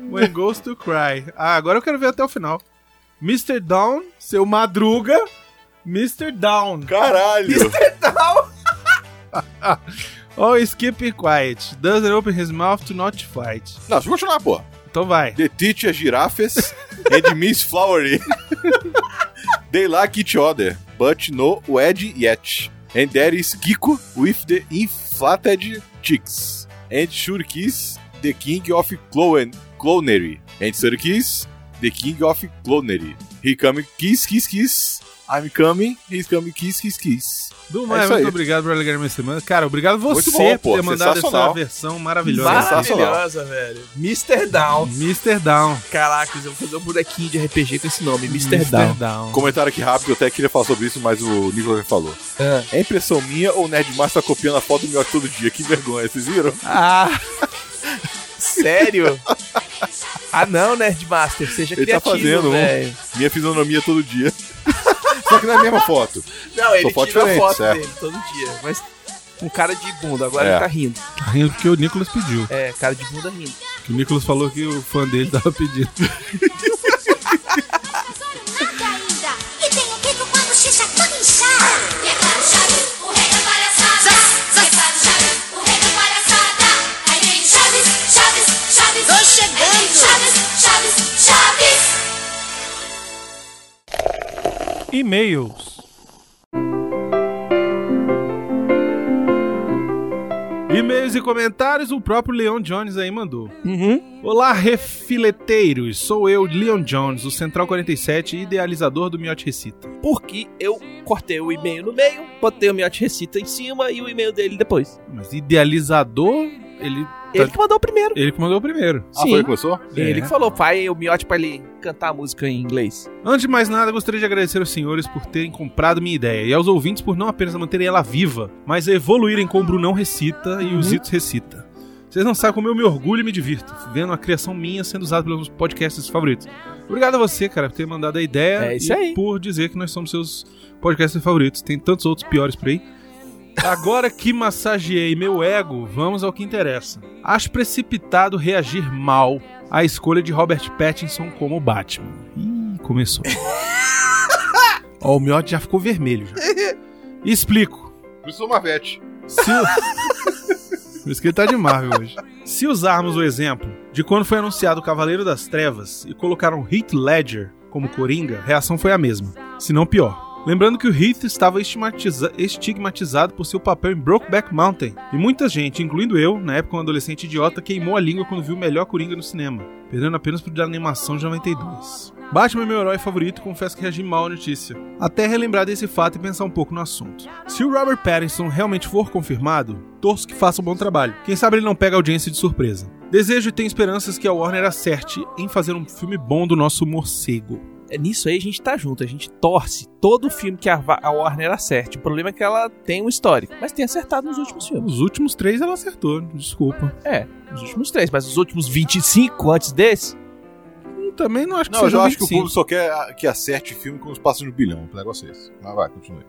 [SPEAKER 1] When Goes to Cry. Ah, agora eu quero ver até o final. Mr. Down, seu Madruga. Mr. Down.
[SPEAKER 3] Caralho.
[SPEAKER 1] Oh, skip it quiet. Doesn't open his mouth to not fight.
[SPEAKER 3] Não, deixa eu continuar, pô.
[SPEAKER 1] Então vai.
[SPEAKER 3] The teacher giraffes and Miss Flowery. They like each other, but no wed yet. And there is Kiko with the inflated cheeks. And sure kiss the king of clone clonery. And sure kiss the king of clonery. He coming kiss, kiss, kiss. I'm coming, he's coming kiss, kiss, kiss.
[SPEAKER 1] Dumar,
[SPEAKER 3] É isso
[SPEAKER 1] muito
[SPEAKER 3] aí.
[SPEAKER 1] obrigado por alegrar minha semana. Cara, obrigado você
[SPEAKER 3] Muito bom,
[SPEAKER 1] por
[SPEAKER 3] pô,
[SPEAKER 1] ter mandado essa
[SPEAKER 3] sensacional.
[SPEAKER 1] versão maravilhosa.
[SPEAKER 2] Maravilhosa, velho. Mr. Down.
[SPEAKER 1] Mr. Down.
[SPEAKER 2] Caraca, eu vou fazer um bonequinho de RPG com esse nome, Mr.
[SPEAKER 1] Mr.
[SPEAKER 2] Down.
[SPEAKER 1] Down.
[SPEAKER 3] Comentário aqui rápido, eu até queria falar sobre isso, mas o Nicolas já falou.
[SPEAKER 2] Ah.
[SPEAKER 3] É impressão minha ou o Nerdmar tá copiando a foto do Mioc todo dia? Que vergonha, vocês viram?
[SPEAKER 2] Ah, sério? ah não, Nerdmaster, seja
[SPEAKER 3] Ele tá
[SPEAKER 2] criativo,
[SPEAKER 3] fazendo um.
[SPEAKER 2] velho.
[SPEAKER 3] Minha fisionomia todo dia. Só que não é a mesma foto.
[SPEAKER 2] Não, ele
[SPEAKER 3] foto
[SPEAKER 2] tira a
[SPEAKER 3] diferente,
[SPEAKER 2] foto
[SPEAKER 3] certo.
[SPEAKER 2] dele todo dia, mas com cara de bunda, agora
[SPEAKER 3] É.
[SPEAKER 2] ele tá rindo.
[SPEAKER 1] Tá rindo porque o Nicolas pediu.
[SPEAKER 2] É, cara de bunda rindo.
[SPEAKER 1] Que o Nicolas falou que o fã dele tava pedindo.
[SPEAKER 7] ainda. E tem o bico quando xixa tudo inchado. Repara o Chaves, o rei da palhaçada. Repara o Chaves, o rei da palhaçada. Aí vem o Chaves, Chaves, Chaves. Tô chegando. Aí vem o Chaves, Chaves, Chaves.
[SPEAKER 1] E-mails. E-mails e comentários, o próprio Leon Jones aí mandou.
[SPEAKER 2] Uhum.
[SPEAKER 1] Olá, refileteiros! Sou eu, Leon Jones, o Central 47 e idealizador do Miote Recita.
[SPEAKER 2] Porque eu cortei o e-mail no meio, botei o Miote Recita em cima e o e-mail dele depois.
[SPEAKER 1] Mas idealizador, ele, tá-
[SPEAKER 2] Ele que mandou o primeiro.
[SPEAKER 1] ele que mandou o primeiro.
[SPEAKER 3] Ah, foi que começou?
[SPEAKER 1] É.
[SPEAKER 2] Ele que falou, pai, o Miote pra ele cantar a música em inglês.
[SPEAKER 1] Antes de mais nada, gostaria de agradecer aos senhores por terem comprado minha ideia e aos ouvintes por não apenas manterem ela viva, mas evoluírem com o Brunão Recita e o
[SPEAKER 2] Uhum.
[SPEAKER 1] Zitos Recita. Vocês não sabem como eu me orgulho e me divirto, vendo a criação minha sendo usada pelos meus podcasts favoritos. Obrigado a você, cara, por ter mandado a ideia
[SPEAKER 2] É isso
[SPEAKER 1] e
[SPEAKER 2] aí.
[SPEAKER 1] por dizer que nós somos seus podcasts favoritos. Tem tantos outros piores por aí. Agora que massageei meu ego, vamos ao que interessa. Acho precipitado reagir mal à escolha de Robert Pattinson como Batman. Ih, começou. Ó, o miote já ficou vermelho. Já. Explico.
[SPEAKER 3] Começou Mavete.
[SPEAKER 1] Se o- Por isso que ele tá de Marvel hoje. Se usarmos o exemplo de quando foi anunciado o Cavaleiro das Trevas e colocaram Heath Ledger como Coringa, a reação foi a mesma, se não pior. Lembrando que o Heath estava estigmatiza- estigmatizado por seu papel em Brokeback Mountain, e muita gente, incluindo eu, na época um adolescente idiota, queimou a língua quando viu o melhor Coringa no cinema, perdendo apenas pro de animação de 92. Batman é meu herói favorito e confesso que reagi mal à notícia. Até relembrar desse fato e pensar um pouco no assunto. Se o Robert Pattinson realmente for confirmado, torço que faça um bom trabalho. Quem sabe ele não pega a audiência de surpresa. Desejo e tenho esperanças que a Warner acerte em fazer um filme bom do nosso morcego.
[SPEAKER 2] É, Nisso aí a gente tá junto, a gente torce todo filme que a Va- a Warner acerte. O problema é que ela tem um histórico, mas tem acertado nos últimos filmes.
[SPEAKER 1] Os últimos três ela acertou, desculpa.
[SPEAKER 2] É, nos últimos três, mas os últimos 25 antes desse?
[SPEAKER 1] Eu também não acho que
[SPEAKER 3] Não, eu
[SPEAKER 1] seja
[SPEAKER 3] já acho que o
[SPEAKER 1] 25.
[SPEAKER 3] público só quer a- que acerte filme com os passos de bilhão. O negócio é esse. Mas vai, continue.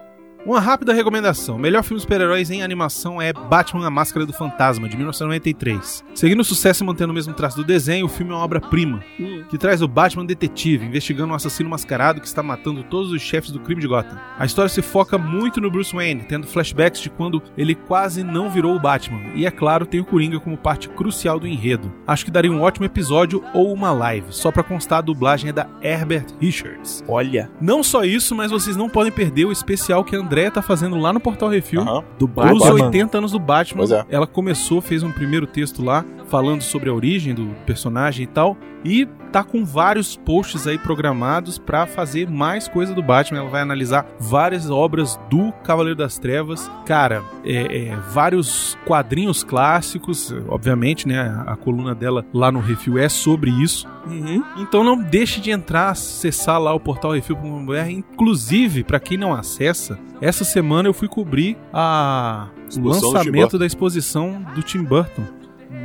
[SPEAKER 1] Uma rápida recomendação. O melhor filme de super-heróis em animação é Batman A Máscara do Fantasma, de 1993. Seguindo o sucesso e mantendo o mesmo traço do desenho, o filme é uma obra-prima, que traz o Batman detetive, investigando um assassino mascarado que está matando todos os chefes do crime de Gotham. A história se foca muito no Bruce Wayne, tendo flashbacks de quando ele quase não virou o Batman. E é claro, tem o Coringa como parte crucial do enredo. Acho que daria um ótimo episódio ou uma live, só pra constar a dublagem é da Herbert Richards.
[SPEAKER 2] Olha,
[SPEAKER 1] Não só isso, mas vocês não podem perder o especial que André Andréia tá fazendo lá no Portal Refil.
[SPEAKER 3] Aham.
[SPEAKER 2] Do
[SPEAKER 1] Dos
[SPEAKER 2] Batman.
[SPEAKER 1] 80 anos do Batman,
[SPEAKER 3] Pois é.
[SPEAKER 1] ela começou, fez um primeiro texto lá, falando sobre a origem do personagem e tal, e tá com vários posts aí programados pra fazer mais coisa do Batman. Ela vai analisar várias obras do Cavaleiro das Trevas. Cara, é, é, vários quadrinhos clássicos, obviamente, né? A, a coluna dela lá no Refil é sobre isso.
[SPEAKER 2] Uhum.
[SPEAKER 1] Então não deixe de entrar, acessar lá o portal refil.com.br. Inclusive, pra quem não acessa, essa semana eu fui cobrir a... o
[SPEAKER 3] Exposição do Tim
[SPEAKER 1] lançamento
[SPEAKER 3] Burton.
[SPEAKER 1] da exposição do Tim Burton,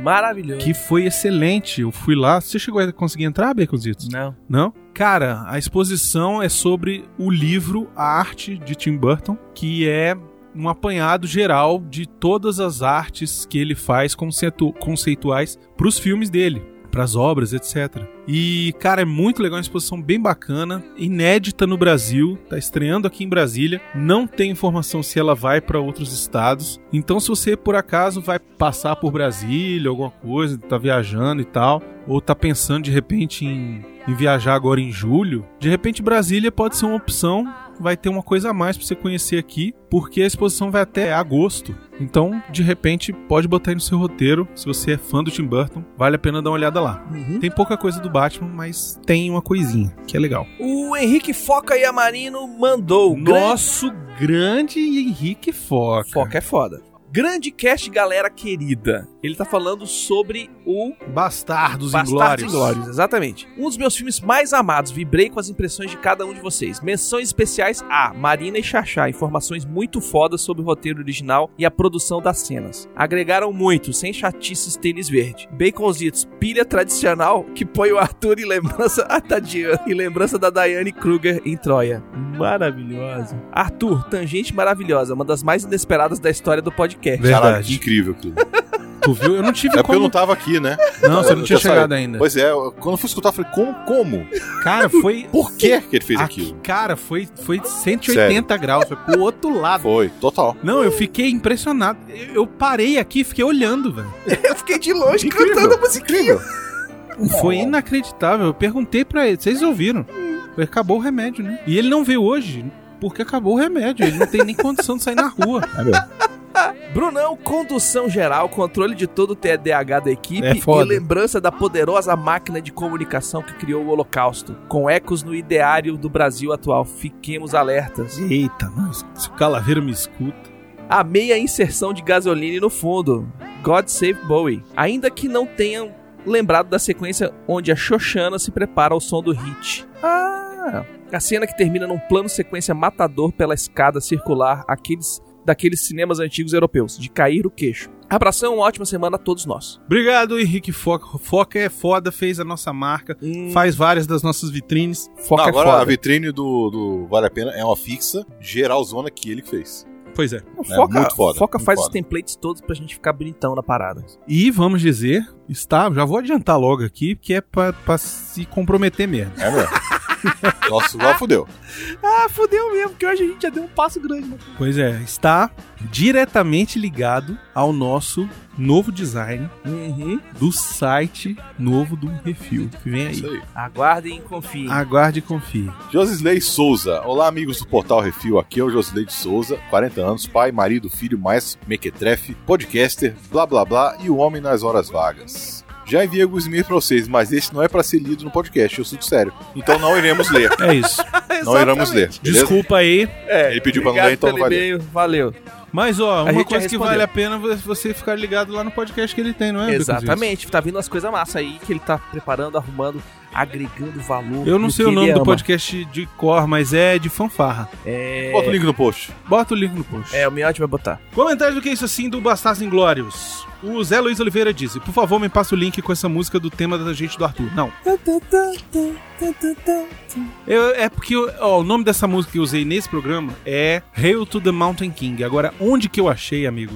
[SPEAKER 2] Maravilhoso.
[SPEAKER 1] que foi excelente. Eu fui lá. Você chegou a conseguir entrar, Beconzitos?
[SPEAKER 2] Não.
[SPEAKER 1] Não? Cara, a exposição é sobre o livro A Arte de Tim Burton, que é um apanhado geral de todas as artes que ele faz conceitu- conceituais para os filmes dele, para as obras, etc. E, cara, é muito legal, é uma exposição bem bacana, inédita no Brasil, tá estreando aqui em Brasília. Não tem informação se ela vai para outros estados. Então, se você por acaso vai passar por Brasília, alguma coisa, tá viajando e tal, ou tá pensando de repente em, em viajar agora em julho, de repente Brasília pode ser uma opção. Vai ter uma coisa a mais pra você conhecer aqui, porque a exposição vai até agosto. Então, de repente, pode botar aí no seu roteiro. Se você é fã do Tim Burton, vale a pena dar uma olhada lá. Tem pouca coisa do Batman, mas tem uma coisinha que é legal.
[SPEAKER 2] O Henrique Foca e Amarino mandou.
[SPEAKER 1] Nosso grande Henrique Foca.
[SPEAKER 2] Grande... Foca é foda. Grande cast, galera querida. Ele tá falando sobre o
[SPEAKER 1] Bastardos,
[SPEAKER 2] Bastardos
[SPEAKER 1] Inglórios.
[SPEAKER 2] Inglórios, exatamente. Um dos meus filmes mais amados. Vibrei com as impressões de cada um de vocês. Menções especiais a Marina e Xaxá. Informações muito fodas sobre o roteiro original e a produção das cenas. Agregaram muito, sem chatices tênis verde. Baconzitos, pilha tradicional que põe o Arthur em lembrança, ah, tadinho, em lembrança da Diane Kruger em Troia. Maravilhosa. Arthur, tangente maravilhosa. Uma das mais inesperadas da história do podcast.
[SPEAKER 1] Verdade.
[SPEAKER 3] Caralho, que incrível aquilo.
[SPEAKER 1] Tu viu? Eu não tive
[SPEAKER 3] É porque
[SPEAKER 1] como.
[SPEAKER 3] eu não tava aqui, né?
[SPEAKER 1] Não, você
[SPEAKER 3] Eu
[SPEAKER 1] não tinha
[SPEAKER 3] já saí.
[SPEAKER 1] chegado ainda.
[SPEAKER 3] Pois é, eu- quando eu fui escutar, eu falei, como? Como?
[SPEAKER 1] Cara, foi.
[SPEAKER 3] Por que que ele fez
[SPEAKER 1] Aqui,
[SPEAKER 3] aquilo?
[SPEAKER 1] Cara, foi, foi 180 graus, foi pro outro lado.
[SPEAKER 3] Foi, total.
[SPEAKER 1] Não, eu fiquei impressionado. Eu eu parei aqui e fiquei olhando, velho.
[SPEAKER 2] Eu fiquei de longe
[SPEAKER 3] Incrível.
[SPEAKER 2] cantando a musiquinha.
[SPEAKER 1] Foi inacreditável. Eu perguntei pra ele, vocês ouviram? Falei, Acabou o remédio, né? E ele não veio hoje porque acabou o remédio. Ele não tem nem condição de sair na rua.
[SPEAKER 2] Brunão, condução geral, controle de todo o TDAH da equipe
[SPEAKER 1] É foda.
[SPEAKER 2] e lembrança da poderosa máquina de comunicação que criou o Holocausto, com ecos no ideário do Brasil atual. Fiquemos alertas.
[SPEAKER 1] Eita, mas se o calaveiro me escuta.
[SPEAKER 2] Amei a inserção de gasoline no fundo. God Save Bowie. Ainda que não tenham lembrado da sequência onde a Xoxana se prepara ao som do hit. Ah! A cena que termina num plano sequência matador pela escada circular aqueles, daqueles cinemas antigos europeus, de cair o queixo. Abração, uma ótima semana a todos nós.
[SPEAKER 1] Obrigado, Henrique Foca. Foca é foda, fez a nossa marca, faz várias das nossas vitrines.
[SPEAKER 2] Foca
[SPEAKER 3] Não, agora
[SPEAKER 2] é
[SPEAKER 3] a
[SPEAKER 2] foda.
[SPEAKER 3] vitrine do, do Vale a Pena é uma fixa, geralzona que ele que fez.
[SPEAKER 1] Pois é.
[SPEAKER 2] Não, Foca,
[SPEAKER 3] muito foda,
[SPEAKER 2] Foca
[SPEAKER 3] muito
[SPEAKER 2] faz
[SPEAKER 3] foda.
[SPEAKER 2] os templates todos pra gente ficar bonitão na parada.
[SPEAKER 1] E vamos dizer, está, já vou adiantar logo aqui, que é pra, pra se comprometer mesmo.
[SPEAKER 3] É mesmo. Nossa, lá fudeu.
[SPEAKER 2] Ah, fodeu mesmo, que hoje a gente já deu um passo grande.
[SPEAKER 1] Pois é, está diretamente ligado ao nosso novo design
[SPEAKER 2] Uhum.
[SPEAKER 1] do site novo do Refil. que Vem
[SPEAKER 3] É
[SPEAKER 1] aí.
[SPEAKER 3] Isso aí.
[SPEAKER 2] Aguardem e confiem.
[SPEAKER 1] Aguarde e confie.
[SPEAKER 3] Josisley Souza. Olá, amigos do Portal Refil. Aqui é o Josisley de Souza, 40 anos, pai, marido, filho, mais mequetrefe, podcaster, blá blá blá e o homem nas horas vagas. Já enviei alguns e-mails pra vocês, mas esse não é pra ser lido no podcast, eu sinto sério. Então não iremos ler.
[SPEAKER 1] É isso.
[SPEAKER 3] não iremos ler. Beleza?
[SPEAKER 1] Desculpa aí.
[SPEAKER 2] É,
[SPEAKER 3] Ele pediu pra não ler, então não vai ler.
[SPEAKER 2] Valeu.
[SPEAKER 1] Mas, ó, uma
[SPEAKER 2] gente já
[SPEAKER 1] coisa que
[SPEAKER 2] respondeu.
[SPEAKER 1] vale a pena é você ficar ligado lá no podcast que ele tem, não é? Beconzitos?
[SPEAKER 2] Exatamente, tá vindo umas coisas massa aí que ele tá preparando, arrumando, agregando valor.
[SPEAKER 1] Eu não
[SPEAKER 2] no
[SPEAKER 1] sei
[SPEAKER 2] que
[SPEAKER 1] o nome
[SPEAKER 2] ele
[SPEAKER 1] do
[SPEAKER 2] ama.
[SPEAKER 1] podcast de cor, mas é de fanfarra.
[SPEAKER 3] Bota o link no post.
[SPEAKER 1] Bota o link no post.
[SPEAKER 2] É, o Miotti vai botar.
[SPEAKER 1] Comentários do que é isso assim do Bastardos Inglórios. O Zé Luiz Oliveira disse: Por favor, me passa o link com essa música do tema da gente do Arthur. Não. Eu- é porque eu- ó, o nome dessa música que eu usei nesse programa é Hail to the Mountain King. Agora, onde que eu achei, amigo?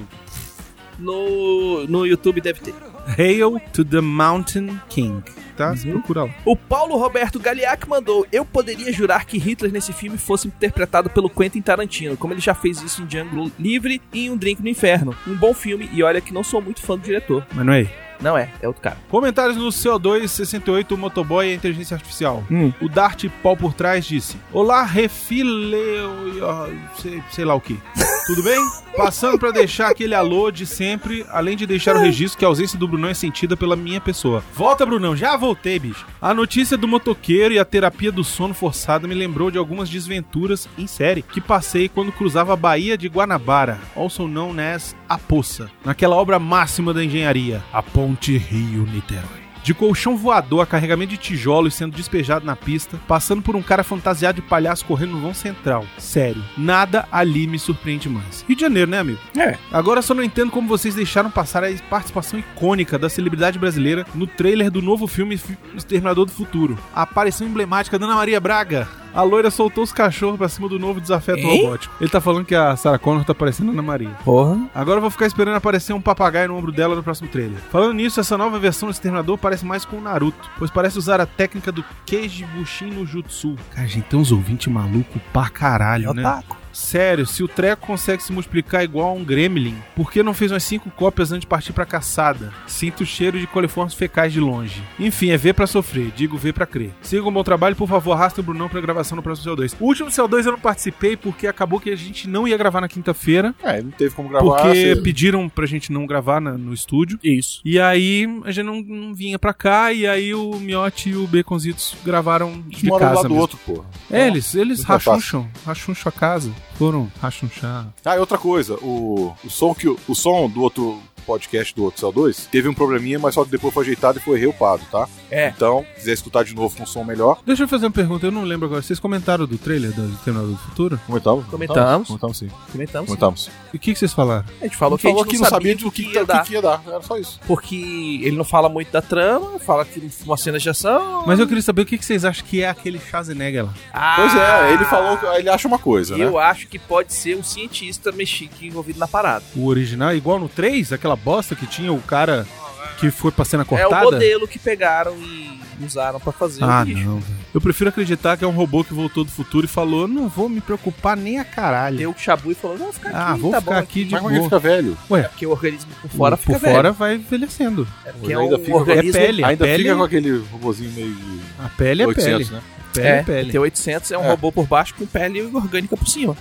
[SPEAKER 2] No, no YouTube deve ter.
[SPEAKER 1] Hail to the Mountain King. Tá? Você procura lá.
[SPEAKER 2] O Paulo Roberto Galeac mandou: Eu poderia jurar que Hitler nesse filme fosse interpretado pelo Quentin Tarantino, como ele já fez isso em Django Livre e em Um Drink no Inferno. Um bom filme, e olha que não sou muito fã do diretor.
[SPEAKER 1] Mas não é.
[SPEAKER 2] Não é, é outro cara.
[SPEAKER 1] Comentários no CO2 68 Motoboy e a Inteligência Artificial.
[SPEAKER 2] Hum.
[SPEAKER 1] O Dart Pau por trás disse: Olá, refileu. ó, Sei, sei lá o que. Tudo bem? Passando pra deixar aquele alô de sempre, além de deixar o registro que a ausência do Brunão é sentida pela minha pessoa. Volta, Brunão, já voltei, bicho. A notícia do motoqueiro e a terapia do sono forçada me lembrou de algumas desventuras em série que passei quando cruzava a Baía de Guanabara, also known as A Poça, naquela obra máxima da engenharia, a Ponte Rio-Niterói de colchão voador a carregamento de tijolos sendo despejado na pista, passando por um cara fantasiado de palhaço correndo no vão central. Sério, nada ali me surpreende mais. Rio de Janeiro, né, amigo?
[SPEAKER 2] É.
[SPEAKER 1] Agora só não entendo como vocês deixaram passar a participação icônica da celebridade brasileira no trailer do novo filme Fi- Exterminador do Futuro. A aparição emblemática da Ana Maria Braga. A loira soltou os cachorros pra cima do novo desafeto
[SPEAKER 2] Hein?
[SPEAKER 1] robótico. Ele tá falando que a Sarah Connor tá parecendo a Ana Maria.
[SPEAKER 2] Porra.
[SPEAKER 1] Agora eu vou ficar esperando aparecer um papagaio no ombro dela no próximo trailer. Falando nisso, essa nova versão do Exterminador parece mais com o Naruto, pois parece usar a técnica do Keijibushin no Jutsu. Cara, gente, tem uns ouvintes malucos pra caralho, né?
[SPEAKER 2] Otaku.
[SPEAKER 1] Sério, se o treco consegue se multiplicar igual a um gremlin, por que não fez umas 5 cópias antes de partir pra caçada? Sinto o cheiro de coliformes fecais de longe. Enfim, é ver pra sofrer, digo ver pra crer. Siga um bom trabalho, por favor, arrasta o Brunão pra gravação no próximo CO2. O último CO2 eu não participei porque acabou que a gente não ia gravar na quinta-feira.
[SPEAKER 3] É, não teve como gravar.
[SPEAKER 1] Porque é
[SPEAKER 3] você-
[SPEAKER 1] pediram pra gente não gravar na- no estúdio.
[SPEAKER 2] Isso.
[SPEAKER 1] E aí a gente não, não vinha pra cá, e aí o Miotti e o Baconzitos gravaram de
[SPEAKER 3] mora um
[SPEAKER 1] casa
[SPEAKER 3] lado do
[SPEAKER 1] mesmo.
[SPEAKER 3] outro, pô.
[SPEAKER 1] É, eles, eles
[SPEAKER 3] Muito fácil.
[SPEAKER 1] rachuncham, rachuncham a casa. Foram rachunchar.
[SPEAKER 3] Ah, e outra coisa, o, o som que o, o som do outro podcast do outro CO2 teve um probleminha, mas só que depois foi ajeitado e foi reupado, tá?
[SPEAKER 2] É.
[SPEAKER 3] Então, se quiser escutar de novo com um som melhor,
[SPEAKER 1] Deixa eu fazer uma pergunta, eu não lembro agora. Vocês comentaram do trailer do Terminador do Futuro?
[SPEAKER 3] comentamos? né?
[SPEAKER 2] Comentamos.
[SPEAKER 3] Comentamos sim.
[SPEAKER 2] Comentamos.
[SPEAKER 3] Comentamos.
[SPEAKER 1] E o que, que vocês falaram?
[SPEAKER 2] A gente falou que, a gente não sabia,
[SPEAKER 3] do que, tá-
[SPEAKER 2] que
[SPEAKER 3] que,
[SPEAKER 2] ia dar.
[SPEAKER 3] que ia dar. Era só isso.
[SPEAKER 2] Porque ele não fala muito da trama, fala que uma cena de ação.
[SPEAKER 1] Mas eu queria saber o que, que vocês acham que é aquele Schwarzenegger lá.
[SPEAKER 2] Ah,
[SPEAKER 3] Pois é, ele falou, que- ele acha uma coisa, né?
[SPEAKER 2] Eu acho que pode ser um cientista mexique envolvido na parada.
[SPEAKER 1] O original, é igual no 3, aquela bosta que tinha o cara que foi pra cena
[SPEAKER 2] É o
[SPEAKER 1] cortada.
[SPEAKER 2] modelo que pegaram e usaram pra fazer
[SPEAKER 1] Ah,
[SPEAKER 2] o bicho.
[SPEAKER 1] não. velho. Eu prefiro acreditar que é um robô que voltou do futuro e falou: não vou me preocupar nem a caralho.
[SPEAKER 2] Deu o chabu e falou: não, fica aqui,
[SPEAKER 1] ah, vou
[SPEAKER 2] tá
[SPEAKER 1] ficar
[SPEAKER 2] bom
[SPEAKER 1] aqui de
[SPEAKER 3] Mas como é que
[SPEAKER 1] boa.
[SPEAKER 3] fica velho?
[SPEAKER 2] Porque o organismo por fora fica
[SPEAKER 1] por
[SPEAKER 2] velho.
[SPEAKER 1] fora vai envelhecendo.
[SPEAKER 2] Porque é
[SPEAKER 3] Ainda
[SPEAKER 2] um
[SPEAKER 3] fica-
[SPEAKER 2] organismo...
[SPEAKER 1] É pele.
[SPEAKER 3] Ainda
[SPEAKER 1] pele-
[SPEAKER 3] fica com aquele robozinho meio de
[SPEAKER 1] A pele é
[SPEAKER 3] 800,
[SPEAKER 1] pele.
[SPEAKER 3] né?
[SPEAKER 1] Pele é,
[SPEAKER 2] É,
[SPEAKER 1] pele.
[SPEAKER 2] tem 800 é um
[SPEAKER 3] É.
[SPEAKER 2] robô por baixo com pele orgânica por cima.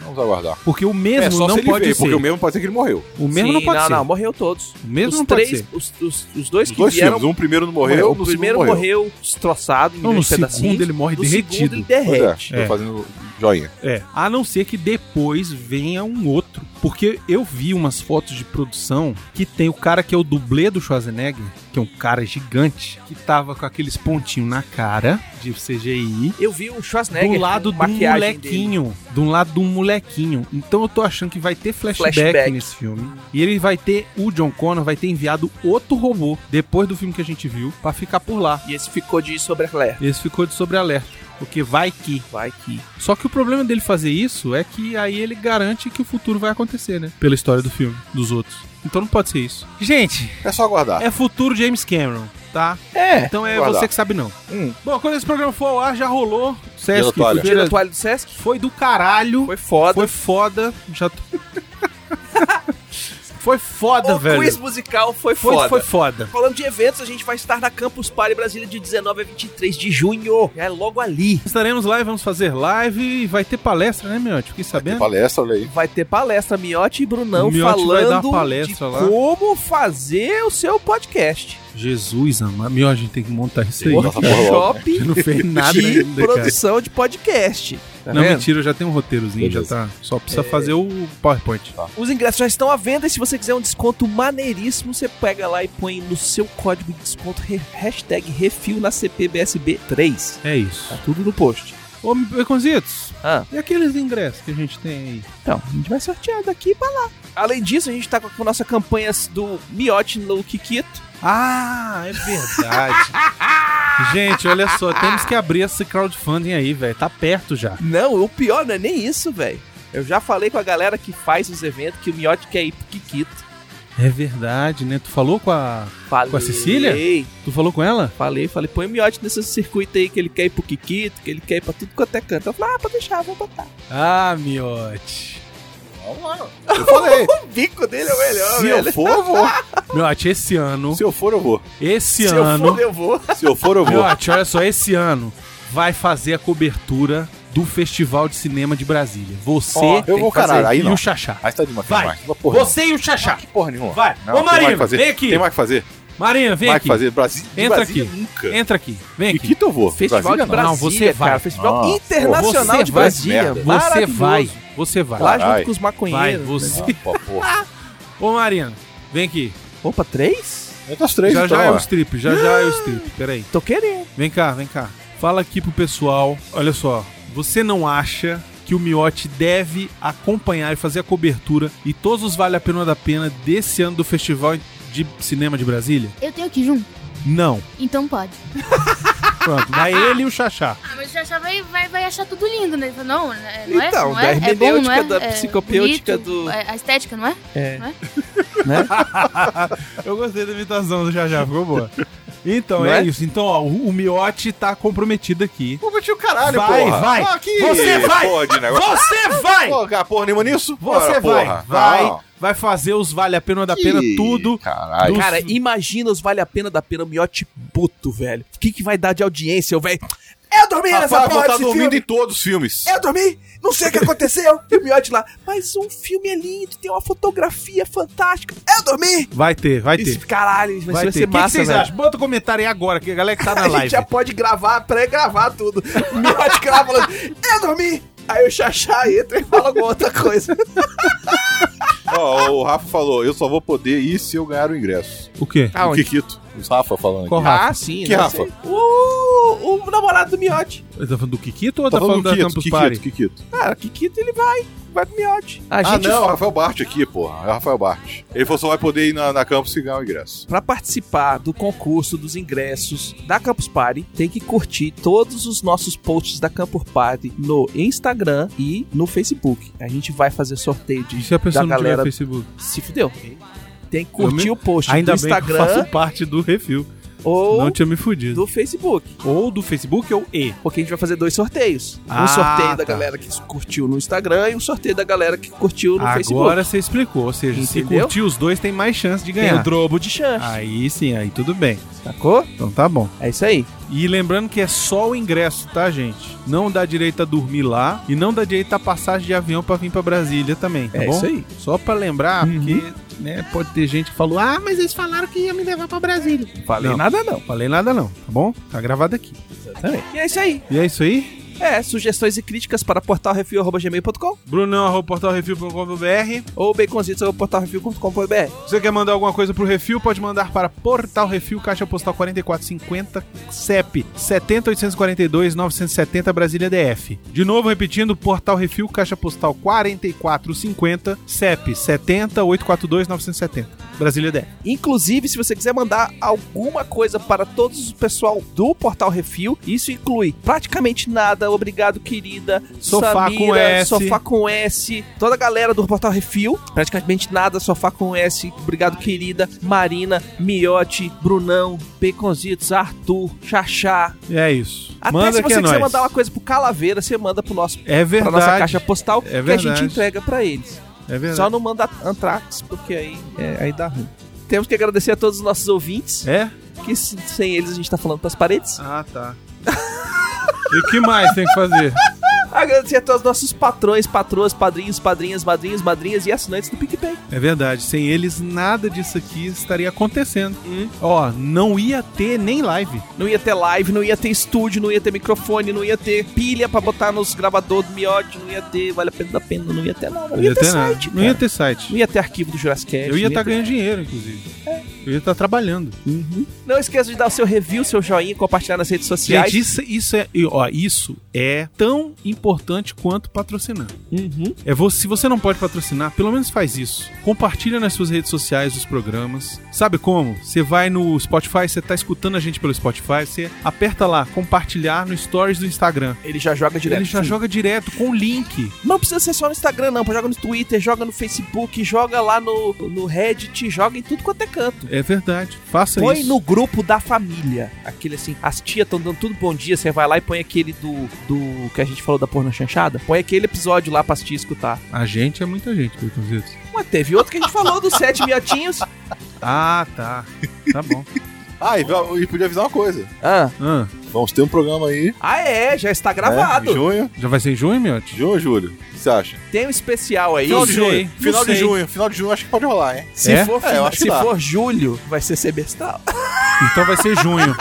[SPEAKER 3] Vamos aguardar.
[SPEAKER 1] Porque o
[SPEAKER 3] É,
[SPEAKER 1] mesmo
[SPEAKER 3] só se
[SPEAKER 1] não
[SPEAKER 3] ele
[SPEAKER 1] pode
[SPEAKER 3] veio,
[SPEAKER 1] ser.
[SPEAKER 3] porque o mesmo pode ser que ele morreu.
[SPEAKER 1] O mesmo
[SPEAKER 2] Sim,
[SPEAKER 1] não pode
[SPEAKER 2] não,
[SPEAKER 1] ser.
[SPEAKER 2] não, morreu todos.
[SPEAKER 1] O mesmo
[SPEAKER 2] os
[SPEAKER 1] não pode
[SPEAKER 2] três,
[SPEAKER 1] ser.
[SPEAKER 2] Os, os, os dois
[SPEAKER 3] Os
[SPEAKER 2] que
[SPEAKER 3] dois
[SPEAKER 2] vieram...
[SPEAKER 3] filmes, um primeiro não morreu,
[SPEAKER 2] o
[SPEAKER 3] no segundo
[SPEAKER 2] primeiro
[SPEAKER 3] morreu.
[SPEAKER 2] morreu destroçado em
[SPEAKER 1] Não, no
[SPEAKER 2] dois pedacinhos.
[SPEAKER 1] segundo ele morre
[SPEAKER 2] no segundo ele
[SPEAKER 1] derretido.
[SPEAKER 3] Pois é,
[SPEAKER 2] derrete.
[SPEAKER 3] tô
[SPEAKER 1] É.
[SPEAKER 3] fazendo joinha.
[SPEAKER 1] É. A não ser que depois venha um outro. Porque eu vi umas fotos de produção que tem o cara que é o dublê do Schwarzenegger, que é um cara gigante, que tava com aqueles pontinhos na cara de CGI.
[SPEAKER 2] Eu vi o Schwarzenegger
[SPEAKER 1] do lado de um
[SPEAKER 2] com né, é maquiagem
[SPEAKER 1] molequinho. De um lado de um molequinho. Então eu tô achando que vai ter flashback,
[SPEAKER 2] Flashback.
[SPEAKER 1] nesse filme. E ele vai ter. O John Connor vai ter enviado outro robô depois do filme que a gente viu pra ficar por lá.
[SPEAKER 2] dele. E esse ficou de sobrealerta.
[SPEAKER 1] Esse ficou de sobrealerta. Porque vai que.
[SPEAKER 2] Vai que...
[SPEAKER 1] Só que o problema dele fazer isso é que aí ele garante que o futuro vai acontecer, né? Pela história do filme, dos outros. Então não pode ser isso. Gente,
[SPEAKER 3] É só aguardar.
[SPEAKER 1] é futuro James Cameron, tá?
[SPEAKER 2] É.
[SPEAKER 1] Então é
[SPEAKER 3] Guardar.
[SPEAKER 1] você que sabe não.
[SPEAKER 2] Hum.
[SPEAKER 1] Bom, quando esse programa for ao ar, já rolou. Sesc,
[SPEAKER 3] toalha.
[SPEAKER 2] Tira
[SPEAKER 1] Fogueira-
[SPEAKER 2] a toalha do Sesc.
[SPEAKER 1] foi do caralho.
[SPEAKER 2] Foi foda.
[SPEAKER 1] Foi foda. Já tô- foi foda,
[SPEAKER 2] o
[SPEAKER 1] velho.
[SPEAKER 2] quiz musical foi,
[SPEAKER 1] foi,
[SPEAKER 2] foda.
[SPEAKER 1] foi foda.
[SPEAKER 2] Falando de eventos, a gente vai estar na Campus Party Brasília de 19 a 23 de junho. É logo ali.
[SPEAKER 1] Estaremos lá e vamos fazer live. E vai ter palestra, né, meu? Fiquei sabendo.
[SPEAKER 3] Palestra, olha aí.
[SPEAKER 2] Vai ter palestra Miote e Brunão
[SPEAKER 1] O Miotti vai
[SPEAKER 2] falando
[SPEAKER 1] dar uma palestra
[SPEAKER 2] de
[SPEAKER 1] lá.
[SPEAKER 2] como fazer o seu podcast.
[SPEAKER 1] Jesus, amado. Meu, a gente tem que montar isso aí.
[SPEAKER 3] Nossa, porra,
[SPEAKER 1] Eu
[SPEAKER 2] Workshop
[SPEAKER 1] não fez nada
[SPEAKER 2] de
[SPEAKER 1] ainda, cara.
[SPEAKER 2] produção de podcast. Tá
[SPEAKER 1] não,
[SPEAKER 2] vendo?
[SPEAKER 1] mentira, eu já tenho um roteirozinho,
[SPEAKER 3] Beleza.
[SPEAKER 1] já tá. Só precisa fazer o PowerPoint.
[SPEAKER 2] Os ingressos já estão à venda e se você quiser um desconto maneiríssimo, você pega lá e põe no seu código de desconto re- hashtag refil na CPBSB3.
[SPEAKER 1] É isso.
[SPEAKER 2] Tá tudo no post.
[SPEAKER 1] Ô, Beconzitos,
[SPEAKER 2] Ah.
[SPEAKER 1] e aqueles ingressos que a gente tem aí?
[SPEAKER 2] Então, a gente vai sortear daqui pra lá. Além disso, a gente tá com a nossa campanha do Miote no Kikito.
[SPEAKER 1] Ah, é verdade. gente, olha só, temos que abrir esse crowdfunding aí, velho. Tá perto já.
[SPEAKER 2] Não, o pior não é nem isso, velho. Eu já falei com a galera que faz os eventos que o Miote quer ir pro Kikito.
[SPEAKER 1] É verdade, né? Tu falou com a.
[SPEAKER 2] Falei,
[SPEAKER 1] Com a Cecília? Tu falou com ela?
[SPEAKER 2] Falei, falei, põe o Miote nesse circuito aí que ele quer ir pro "Ah, Kikito, que ele quer ir pra tudo quanto é canto. Eu falei, ah, pode deixar, vou botar.
[SPEAKER 1] Ah, miote.
[SPEAKER 3] Vamos lá. Eu falei.
[SPEAKER 2] O bico dele é o melhor,
[SPEAKER 3] Se
[SPEAKER 2] velho.
[SPEAKER 3] eu for, eu vou.
[SPEAKER 1] Meu Ati, esse ano,
[SPEAKER 3] Se eu for, eu vou.
[SPEAKER 1] esse
[SPEAKER 2] Se eu
[SPEAKER 1] ano,
[SPEAKER 2] for, eu vou.
[SPEAKER 3] Se eu for, eu
[SPEAKER 1] meu
[SPEAKER 3] vou.
[SPEAKER 1] Ati, olha só, esse ano vai fazer a cobertura do Festival de Cinema de Brasília. Você
[SPEAKER 2] Ó, eu
[SPEAKER 1] tem que
[SPEAKER 3] vou,
[SPEAKER 1] fazer
[SPEAKER 3] caralho, aí
[SPEAKER 1] e
[SPEAKER 3] não.
[SPEAKER 1] o Xaxá.
[SPEAKER 3] Aí você tá de uma
[SPEAKER 1] Vai.
[SPEAKER 3] mais. Uma porra
[SPEAKER 1] Você e o Xaxá.
[SPEAKER 3] nenhuma. Porra nenhuma.
[SPEAKER 1] Vai. Ô,
[SPEAKER 3] tem mais o que
[SPEAKER 1] Marinho,
[SPEAKER 3] fazer.
[SPEAKER 1] vem aqui.
[SPEAKER 3] Tem mais o que fazer.
[SPEAKER 1] Marinha, vem
[SPEAKER 3] Vai
[SPEAKER 1] aqui.
[SPEAKER 3] que fazer. Brasil. de
[SPEAKER 1] Entra
[SPEAKER 3] Brasília
[SPEAKER 1] aqui.
[SPEAKER 3] Nunca.
[SPEAKER 1] Entra aqui. Vem aqui.
[SPEAKER 3] Nikita eu vou.
[SPEAKER 2] Festival
[SPEAKER 3] Brasília
[SPEAKER 2] de
[SPEAKER 3] não.
[SPEAKER 2] Brasília,
[SPEAKER 1] Não, você vai. Ah,
[SPEAKER 2] cara. Festival
[SPEAKER 3] Não.
[SPEAKER 2] Internacional
[SPEAKER 1] Você
[SPEAKER 2] de
[SPEAKER 1] vai.
[SPEAKER 2] Brasília.
[SPEAKER 3] Merda.
[SPEAKER 1] Você
[SPEAKER 2] Maravilhoso.
[SPEAKER 1] vai. Você vai.
[SPEAKER 2] Lá junto
[SPEAKER 3] Vai.
[SPEAKER 2] com os
[SPEAKER 1] Vai,
[SPEAKER 2] maconheiros. né?
[SPEAKER 1] você.
[SPEAKER 3] Opa, porra.
[SPEAKER 1] Ô, Mariana, vem aqui.
[SPEAKER 2] Opa, três?
[SPEAKER 3] Entra as três,
[SPEAKER 1] já
[SPEAKER 3] então,
[SPEAKER 1] já é
[SPEAKER 3] ó.
[SPEAKER 1] o strip, já já é o strip. Peraí.
[SPEAKER 2] Tô querendo.
[SPEAKER 1] Vem cá, vem cá. Fala aqui pro pessoal. Olha só. Você não acha que o Miote deve acompanhar e fazer a cobertura e todos os Vale a Pena da Pena desse ano do Festival de Cinema de Brasília?
[SPEAKER 8] Eu tenho que ir junto,
[SPEAKER 1] Não.
[SPEAKER 8] então pode.
[SPEAKER 1] Pronto, vai ele e o Xaxá.
[SPEAKER 8] Ah, mas o Xaxá vai, vai, vai achar tudo lindo, né? Ele fala, Não, né? não é,
[SPEAKER 2] Então,
[SPEAKER 8] não
[SPEAKER 2] da
[SPEAKER 8] é, é bom, não
[SPEAKER 2] hermenêutica,
[SPEAKER 8] é?
[SPEAKER 2] da
[SPEAKER 8] É
[SPEAKER 2] psicopêutica
[SPEAKER 8] bonito,
[SPEAKER 2] do-
[SPEAKER 8] é, a estética, não é?
[SPEAKER 2] É.
[SPEAKER 8] Não é?
[SPEAKER 1] Eu gostei da imitação do Xaxá, ficou boa. Então,
[SPEAKER 2] Não
[SPEAKER 1] é,
[SPEAKER 2] é?
[SPEAKER 1] isso. Então, ó, o, o Miote tá comprometido aqui.
[SPEAKER 3] Vou meter o caralho,
[SPEAKER 1] Vai,
[SPEAKER 3] porra.
[SPEAKER 1] vai.
[SPEAKER 3] Ah, que
[SPEAKER 1] Você vai.
[SPEAKER 3] Pode, negócio.
[SPEAKER 1] Você vai!
[SPEAKER 3] Jogar porra nenhuma nisso?
[SPEAKER 1] Você vai,
[SPEAKER 3] Bora, porra.
[SPEAKER 1] vai,
[SPEAKER 3] Não.
[SPEAKER 1] vai fazer os vale a pena da pena
[SPEAKER 3] Ih,
[SPEAKER 1] tudo.
[SPEAKER 3] Caralho.
[SPEAKER 1] Dos-
[SPEAKER 2] Cara, imagina os vale a pena da pena o miote puto, velho. O que, que vai dar de audiência, eu, velho? Eu dormi nessa
[SPEAKER 3] Rapaz, vou
[SPEAKER 2] porra
[SPEAKER 3] estar
[SPEAKER 2] desse
[SPEAKER 3] tá dormindo
[SPEAKER 2] filme. É.
[SPEAKER 3] em todos os filmes.
[SPEAKER 2] Eu dormi, não sei o que aconteceu. e o miote lá, mas um filme é lindo, tem uma fotografia fantástica. Eu dormi.
[SPEAKER 1] Vai ter, vai ter.
[SPEAKER 2] Isso, caralho, isso vai,
[SPEAKER 1] Vai
[SPEAKER 2] ser- vai
[SPEAKER 1] ter.
[SPEAKER 2] ser
[SPEAKER 1] O que que
[SPEAKER 2] massa,
[SPEAKER 1] vocês
[SPEAKER 2] velho.
[SPEAKER 1] acham? Bota o comentário aí agora, que a galera que tá na
[SPEAKER 2] a gente
[SPEAKER 1] live.
[SPEAKER 2] já pode gravar, pré-gravar tudo. O miote grava falando, eu dormi. Aí o Xaxá entra e fala alguma outra coisa.
[SPEAKER 3] Ó, o Rafa falou, eu só vou poder ir se eu ganhar o ingresso.
[SPEAKER 1] O quê?
[SPEAKER 3] o Kikito. Os Rafa falando aqui.
[SPEAKER 1] Ah, Qual Rafa? Ah,
[SPEAKER 2] sim.
[SPEAKER 3] Que
[SPEAKER 2] né?
[SPEAKER 3] Rafa?
[SPEAKER 2] O, o namorado do miote.
[SPEAKER 1] Ele tá falando do Kikito ou
[SPEAKER 3] Tá
[SPEAKER 1] tá,
[SPEAKER 3] falando
[SPEAKER 1] falando, da
[SPEAKER 3] do Kikito,
[SPEAKER 1] Campus
[SPEAKER 3] Kikito,
[SPEAKER 1] Party?
[SPEAKER 3] Kikito.
[SPEAKER 2] Cara, Kikito ele vai, vai pro miote. A
[SPEAKER 3] Ah, não, é o Rafael Bart aqui, porra. É o Rafael Bart. Ele falou, só vai poder ir na, na campus e ganhar o ingresso.
[SPEAKER 2] Pra participar do concurso dos ingressos da Campus Party, tem que curtir todos os nossos posts da Campus Party no Instagram e no Facebook. A gente vai fazer sorteio
[SPEAKER 1] E
[SPEAKER 2] de
[SPEAKER 1] se é a pessoa
[SPEAKER 2] da
[SPEAKER 1] não tiver
[SPEAKER 2] galera
[SPEAKER 1] Facebook?
[SPEAKER 2] se fudeu. Tem que curtir
[SPEAKER 1] me-
[SPEAKER 2] o post
[SPEAKER 1] Ainda
[SPEAKER 2] do
[SPEAKER 1] bem que eu
[SPEAKER 2] Instagram
[SPEAKER 1] faço parte do refil.
[SPEAKER 2] ou
[SPEAKER 1] Não tinha me fudido.
[SPEAKER 2] do Facebook,
[SPEAKER 1] Ou do Facebook ou E.
[SPEAKER 2] porque a gente vai fazer dois sorteios.
[SPEAKER 1] Ah,
[SPEAKER 2] um sorteio
[SPEAKER 1] tá.
[SPEAKER 2] da galera que curtiu no Instagram e um sorteio da galera que curtiu no Facebook.
[SPEAKER 1] Agora você explicou. Ou seja, se
[SPEAKER 2] Entendeu?
[SPEAKER 1] curtir os dois, tem mais chance de
[SPEAKER 2] Tem
[SPEAKER 1] ganhar. Ah,
[SPEAKER 2] o drobo de chance,
[SPEAKER 1] Aí sim, aí tudo bem.
[SPEAKER 2] sacou?
[SPEAKER 1] Então tá bom.
[SPEAKER 2] É isso aí.
[SPEAKER 1] E lembrando que é só o ingresso, tá, gente? Não dá direito a dormir lá e não dá direito a passagem de avião pra vir pra Brasília também, tá
[SPEAKER 2] é
[SPEAKER 1] bom?
[SPEAKER 2] isso aí.
[SPEAKER 1] Só pra lembrar,
[SPEAKER 2] Uhum.
[SPEAKER 1] porque né, pode ter gente que falou: ah, mas eles falaram que ia me levar pra Brasília.
[SPEAKER 2] Falei
[SPEAKER 1] Não.
[SPEAKER 2] nada não.
[SPEAKER 1] Não falei nada, não, tá bom? Tá gravado aqui.
[SPEAKER 2] E é isso aí.
[SPEAKER 1] E é isso aí.
[SPEAKER 2] É, sugestões e críticas para portalrefil.gmail.com
[SPEAKER 1] Brunão, arroba portalrefil.com.br.
[SPEAKER 2] ou baconzitos.portalrefil.com.br.
[SPEAKER 1] Se você quer mandar alguma coisa pro Refil, pode mandar para Portal Refil, Caixa Postal 4450, CEP 70842 970 Brasília DF. De novo, repetindo, Portal Refil, Caixa Postal 4450, CEP 70842 970 Brasília DF.
[SPEAKER 2] Inclusive, se você quiser mandar alguma coisa para todos o pessoal do Portal Refil, isso inclui praticamente nada, obrigado querida,
[SPEAKER 1] Sofá
[SPEAKER 2] Samira,
[SPEAKER 1] com S.
[SPEAKER 2] Sofá com S, toda a galera do Portal Refil, praticamente nada, Sofá com S, obrigado querida, Marina, Miote, Brunão, Baconzitos, Arthur, Xaxá.
[SPEAKER 1] É isso.
[SPEAKER 2] Até
[SPEAKER 1] Manda
[SPEAKER 2] se
[SPEAKER 1] que
[SPEAKER 2] você
[SPEAKER 1] é
[SPEAKER 2] quiser
[SPEAKER 1] nóis.
[SPEAKER 2] mandar uma coisa pro Calaveira, você manda pro nosso
[SPEAKER 1] É
[SPEAKER 2] pra
[SPEAKER 1] verdade.
[SPEAKER 2] nossa caixa postal
[SPEAKER 1] É
[SPEAKER 2] que a gente
[SPEAKER 1] verdade.
[SPEAKER 2] entrega pra eles.
[SPEAKER 1] É verdade.
[SPEAKER 2] Só não manda Antrax, porque aí, é, aí dá ruim. Temos que agradecer a todos os nossos ouvintes,
[SPEAKER 1] É?
[SPEAKER 2] que se- sem eles a gente tá falando pras paredes.
[SPEAKER 1] Ah, tá. e o que mais tem que fazer?
[SPEAKER 2] Agradecer a todos os nossos patrões, patroas, padrinhos, padrinhas, madrinhas, madrinhas e assinantes do PicPay.
[SPEAKER 1] É verdade, sem eles nada disso aqui estaria acontecendo.
[SPEAKER 2] Hum.
[SPEAKER 1] Ó, não ia ter nem live.
[SPEAKER 2] Não ia ter live, não ia ter estúdio, não ia ter microfone, não ia ter pilha pra botar nos gravadores do miote, não ia ter Vale a Pena da Pena, não ia ter nada. Não, ia, ter,
[SPEAKER 1] nada.
[SPEAKER 2] site,
[SPEAKER 1] não ia
[SPEAKER 2] cara.
[SPEAKER 1] ter site.
[SPEAKER 2] Não ia ter É. arquivo do Jurassic
[SPEAKER 1] Eu ia tá estar ganhando dinheiro, inclusive. Eu ia estar trabalhando.
[SPEAKER 2] Não esqueça de dar o seu review, seu joinha, compartilhar nas redes sociais.
[SPEAKER 1] Gente, isso, isso é, e, ó, isso é tão importante quanto patrocinar.
[SPEAKER 2] Uhum.
[SPEAKER 1] É você, se você não pode patrocinar, pelo menos faz isso. Compartilha nas suas redes sociais os programas. Sabe como? Você vai no Spotify, você tá escutando a gente pelo Spotify, você aperta lá, compartilhar no Stories do Instagram.
[SPEAKER 2] Ele já joga direto.
[SPEAKER 1] Ele já joga direto com o link.
[SPEAKER 2] Não precisa ser só no Instagram, não. Joga no Twitter, joga no Facebook, joga lá no, no Reddit, joga em tudo quanto é canto.
[SPEAKER 1] É verdade. Faça
[SPEAKER 2] Põe
[SPEAKER 1] isso.
[SPEAKER 2] no grupo da família. Aquele assim, as tias estão dando tudo bom dia, você vai lá e põe aquele do, do que a gente falou da porno chanchada. Põe aquele episódio lá pras tias escutar.
[SPEAKER 1] A gente é muita gente, Beconzitos.
[SPEAKER 2] Mas teve outro que a gente falou dos sete miotinhos.
[SPEAKER 1] Ah, tá. Tá bom.
[SPEAKER 3] Ah, e, e podia avisar uma coisa.
[SPEAKER 2] Ah,
[SPEAKER 1] Ah,
[SPEAKER 3] Vamos ter um programa aí.
[SPEAKER 2] ah, é, já está
[SPEAKER 3] Né? Em
[SPEAKER 2] gravado.
[SPEAKER 3] Junho.
[SPEAKER 1] já vai ser em junho, Miotti?
[SPEAKER 3] Junho ou julho? O que você acha?
[SPEAKER 2] Tem um especial aí.
[SPEAKER 1] Não
[SPEAKER 3] de
[SPEAKER 1] sei,
[SPEAKER 3] junho.
[SPEAKER 1] não
[SPEAKER 3] Final de
[SPEAKER 1] sei.
[SPEAKER 3] junho. Final de junho acho que pode rolar, hein?
[SPEAKER 2] Se,
[SPEAKER 1] É?
[SPEAKER 2] for,
[SPEAKER 3] É, eu acho que
[SPEAKER 2] se
[SPEAKER 3] dá.
[SPEAKER 2] for julho, vai ser semestral.
[SPEAKER 1] Então vai ser junho.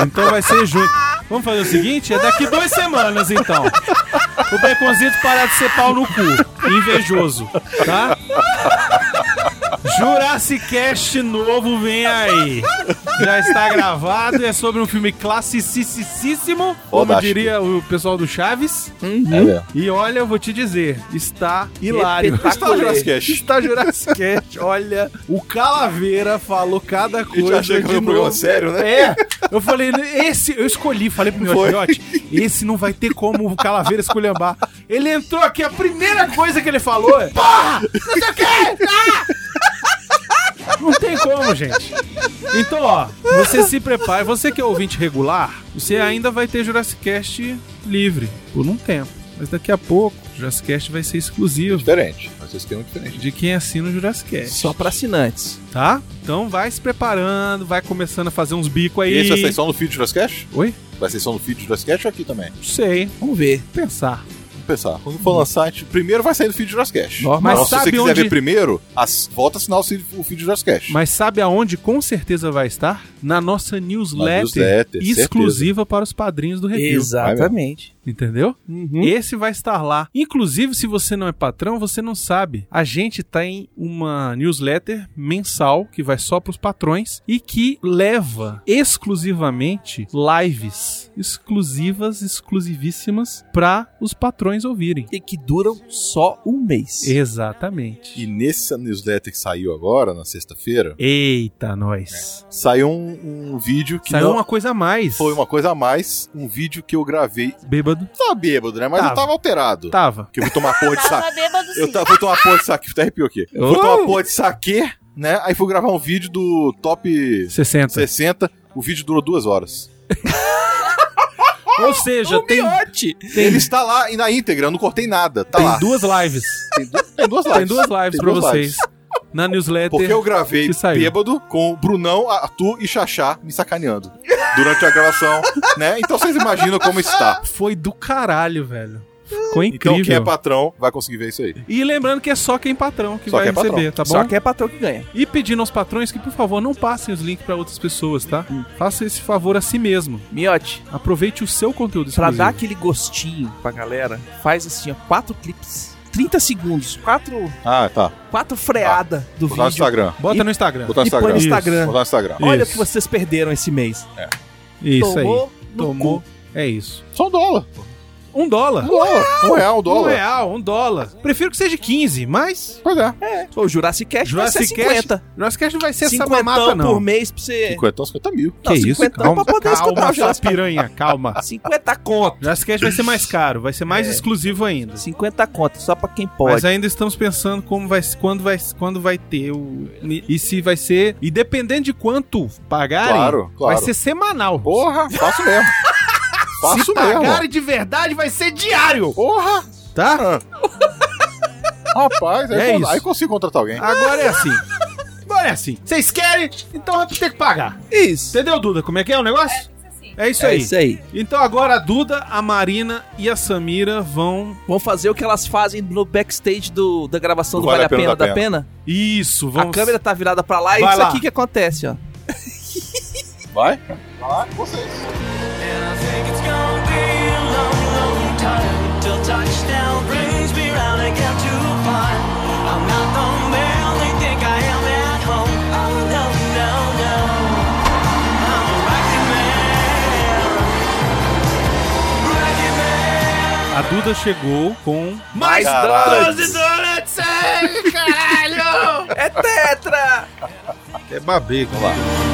[SPEAKER 1] Então vai ser junho. Vamos fazer o seguinte? É daqui duas semanas, então. O Beconzito parar de ser pau no cu. Invejoso, tá? Jurassic Cast novo vem aí. Já está gravado, é sobre um filme classicíssimo, como
[SPEAKER 3] Fodástico.
[SPEAKER 1] diria o pessoal do Chaves.
[SPEAKER 3] É mesmo.
[SPEAKER 1] E olha, eu vou te dizer, está hilário. Está
[SPEAKER 2] Espetacular.
[SPEAKER 1] Jurassic Cast.
[SPEAKER 3] Jurassic Cast.
[SPEAKER 1] Está Tá Jurassic Cast. Olha, o Calaveira falou cada
[SPEAKER 3] A gente
[SPEAKER 1] coisa
[SPEAKER 3] achou que
[SPEAKER 1] de
[SPEAKER 3] era um programa
[SPEAKER 1] novo.
[SPEAKER 3] sério, né?
[SPEAKER 1] É, eu falei, esse, eu escolhi, falei pro meu
[SPEAKER 3] Foi.
[SPEAKER 1] filhote, esse não vai ter como o Calaveira esculhambar. Ele entrou aqui, a primeira coisa que ele falou é, porra, não sei o que, não tem como, gente. Então, ó, você se prepare. Você que é ouvinte regular, você ainda vai ter Jurassic Cast livre por um tempo. Mas daqui a pouco, o Jurassic Cast vai ser exclusivo
[SPEAKER 3] Diferente. Mas esse esquema é diferente.
[SPEAKER 1] de quem assina o Jurassic Cast,
[SPEAKER 2] Só pra assinantes.
[SPEAKER 1] tá? Então vai se preparando, vai começando a fazer uns bicos aí.
[SPEAKER 3] E esse vai sair só no feed do Jurassic Cast?
[SPEAKER 1] Oi?
[SPEAKER 3] Vai ser só no feed do Jurassic Cast ou aqui também?
[SPEAKER 1] Não sei,
[SPEAKER 2] Vamos ver.
[SPEAKER 1] vou pensar.
[SPEAKER 3] Vamos pensar. Quando for lançar, a gente... primeiro vai sair do feed do Jurassic Cast.
[SPEAKER 1] Normal.
[SPEAKER 3] Então,
[SPEAKER 1] Mas
[SPEAKER 3] se
[SPEAKER 1] sabe
[SPEAKER 3] você quiser
[SPEAKER 1] onde-
[SPEAKER 3] ver primeiro, as... volta a assinar o feed o feed do Jurassic Cast.
[SPEAKER 1] Mas sabe aonde com certeza vai estar? Na nossa newsletter,
[SPEAKER 3] Na newsletter,
[SPEAKER 1] exclusiva para os padrinhos do Review.
[SPEAKER 2] Exatamente. Uhum.
[SPEAKER 1] Entendeu?
[SPEAKER 3] Hum?
[SPEAKER 1] Esse vai estar lá. Inclusive, se você não é patrão, você não sabe. A gente tem uma newsletter mensal que vai só para os patrões e que leva exclusivamente lives exclusivas, exclusivíssimas para os patrões ouvirem.
[SPEAKER 2] E que duram só um mês.
[SPEAKER 1] Exatamente.
[SPEAKER 3] E nessa newsletter que saiu agora, na sexta-feira,
[SPEAKER 1] Eita, nós.
[SPEAKER 3] saiu um, um vídeo que
[SPEAKER 1] Saiu
[SPEAKER 3] não
[SPEAKER 1] uma coisa a mais.
[SPEAKER 3] foi uma coisa a mais. Um vídeo que eu gravei.
[SPEAKER 1] Bêbado.
[SPEAKER 3] Tava bêbado, né? Mas
[SPEAKER 1] Tava.
[SPEAKER 3] eu tava alterado.
[SPEAKER 1] Tava.
[SPEAKER 3] Que eu fui tomar porra de saque.
[SPEAKER 9] Tava bêbado sim.
[SPEAKER 3] Eu tava, fui tomar porra de saque. Até arrepiou aqui. Eu Fui tomar porra de saque, né? Aí fui gravar um vídeo do top
[SPEAKER 1] 60.
[SPEAKER 3] 60. O vídeo durou duas horas.
[SPEAKER 1] Ou seja, tem,
[SPEAKER 2] Miote!
[SPEAKER 3] Ele está lá e na íntegra, eu não cortei nada. Tá
[SPEAKER 1] tem
[SPEAKER 3] lá.
[SPEAKER 1] duas lives.
[SPEAKER 3] Tem duas
[SPEAKER 1] Tem duas lives
[SPEAKER 3] Tem
[SPEAKER 1] pra
[SPEAKER 3] duas
[SPEAKER 1] vocês.
[SPEAKER 3] lives.
[SPEAKER 1] Na newsletter.
[SPEAKER 3] Porque eu gravei
[SPEAKER 1] que saiu.
[SPEAKER 3] bêbado com o Brunão, Arthur e Xaxá me sacaneando durante a gravação, né? Então vocês imaginam como está.
[SPEAKER 1] Foi do caralho, velho. Ficou incrível.
[SPEAKER 3] Então quem é patrão vai conseguir ver isso aí.
[SPEAKER 1] E lembrando que é só quem é patrão que
[SPEAKER 3] Só
[SPEAKER 1] vai
[SPEAKER 3] quem é patrão.
[SPEAKER 1] receber, tá bom?
[SPEAKER 2] Só que é patrão que ganha.
[SPEAKER 1] E pedindo aos patrões que, por favor, não passem os links pra outras pessoas, tá?
[SPEAKER 3] Hum.
[SPEAKER 1] Faça esse favor a si mesmo.
[SPEAKER 2] Miote,
[SPEAKER 1] Aproveite o seu conteúdo
[SPEAKER 2] pra
[SPEAKER 1] exclusivo.
[SPEAKER 2] dar aquele gostinho pra galera, faz assim, ó, quatro clipes. 30 segundos, quatro,
[SPEAKER 3] Ah, tá.
[SPEAKER 2] quatro freada do
[SPEAKER 3] Botar no
[SPEAKER 2] vídeo.
[SPEAKER 3] Instagram.
[SPEAKER 1] Bota no Instagram.
[SPEAKER 3] Botar no
[SPEAKER 2] E põe
[SPEAKER 3] Instagram.
[SPEAKER 2] no Instagram.
[SPEAKER 3] Botar no Instagram.
[SPEAKER 2] Olha
[SPEAKER 1] Isso.
[SPEAKER 2] o que vocês perderam esse mês.
[SPEAKER 1] Isso aí.
[SPEAKER 2] Tomou no
[SPEAKER 1] Tomou.
[SPEAKER 2] cu.
[SPEAKER 1] É isso.
[SPEAKER 3] Só um dólar.
[SPEAKER 1] Um dólar.
[SPEAKER 3] Um dólar. Um real, um
[SPEAKER 1] Um
[SPEAKER 3] dólar.
[SPEAKER 1] real, um dólar. Prefiro que seja 15, mas.
[SPEAKER 3] Pois é.
[SPEAKER 2] O Jurassic Cast
[SPEAKER 1] Jurassic
[SPEAKER 2] vai ser 50.
[SPEAKER 1] Cast. Nossa Cast não vai ser essa
[SPEAKER 2] 50
[SPEAKER 1] mamata, não.
[SPEAKER 2] por mês pra você...
[SPEAKER 3] 50, 50 então mil.
[SPEAKER 1] Que isso?
[SPEAKER 2] 50 pra poder escutar
[SPEAKER 1] calma,
[SPEAKER 2] o
[SPEAKER 1] sua
[SPEAKER 2] Jurassic
[SPEAKER 1] piranha, calma.
[SPEAKER 2] 50 conto.
[SPEAKER 1] Jurassic Cast vai ser mais caro, vai ser
[SPEAKER 2] É.
[SPEAKER 1] mais exclusivo ainda.
[SPEAKER 2] 50 conto, só pra quem
[SPEAKER 1] Mas
[SPEAKER 2] pode.
[SPEAKER 1] ainda estamos pensando como vai, quando vai, quando vai ter o e se vai ser e dependendo de quanto pagarem,
[SPEAKER 3] Claro, claro.
[SPEAKER 1] vai ser semanal.
[SPEAKER 3] Porra, faço mesmo.
[SPEAKER 1] se
[SPEAKER 3] faço mesmo.
[SPEAKER 1] pagarem de verdade, vai ser diário,
[SPEAKER 3] Porra.
[SPEAKER 1] tá?
[SPEAKER 3] Rapaz, aí,
[SPEAKER 1] É
[SPEAKER 3] con-
[SPEAKER 1] isso.
[SPEAKER 3] aí consigo contratar alguém.
[SPEAKER 1] Agora é assim. Agora é assim. Vocês querem? Então vai ter que pagar.
[SPEAKER 2] Isso.
[SPEAKER 1] Entendeu, Duda? Como é que é o negócio? É isso
[SPEAKER 2] É
[SPEAKER 1] aí.
[SPEAKER 2] isso aí.
[SPEAKER 1] Então agora a Duda, a Marina e a Samira vão
[SPEAKER 2] Vão fazer o que elas fazem no backstage do, da gravação do Vale, a Pena, da Pena.
[SPEAKER 1] Isso, vamos.
[SPEAKER 2] A câmera tá virada pra lá e
[SPEAKER 1] Vai
[SPEAKER 2] isso
[SPEAKER 1] lá.
[SPEAKER 2] aqui que acontece, ó.
[SPEAKER 3] Vai? Vai lá com vocês.
[SPEAKER 1] A Duda chegou com
[SPEAKER 2] Mais
[SPEAKER 3] Caralho.
[SPEAKER 2] donuts! É, caralho! é tetra!
[SPEAKER 1] É babê, vamos lá.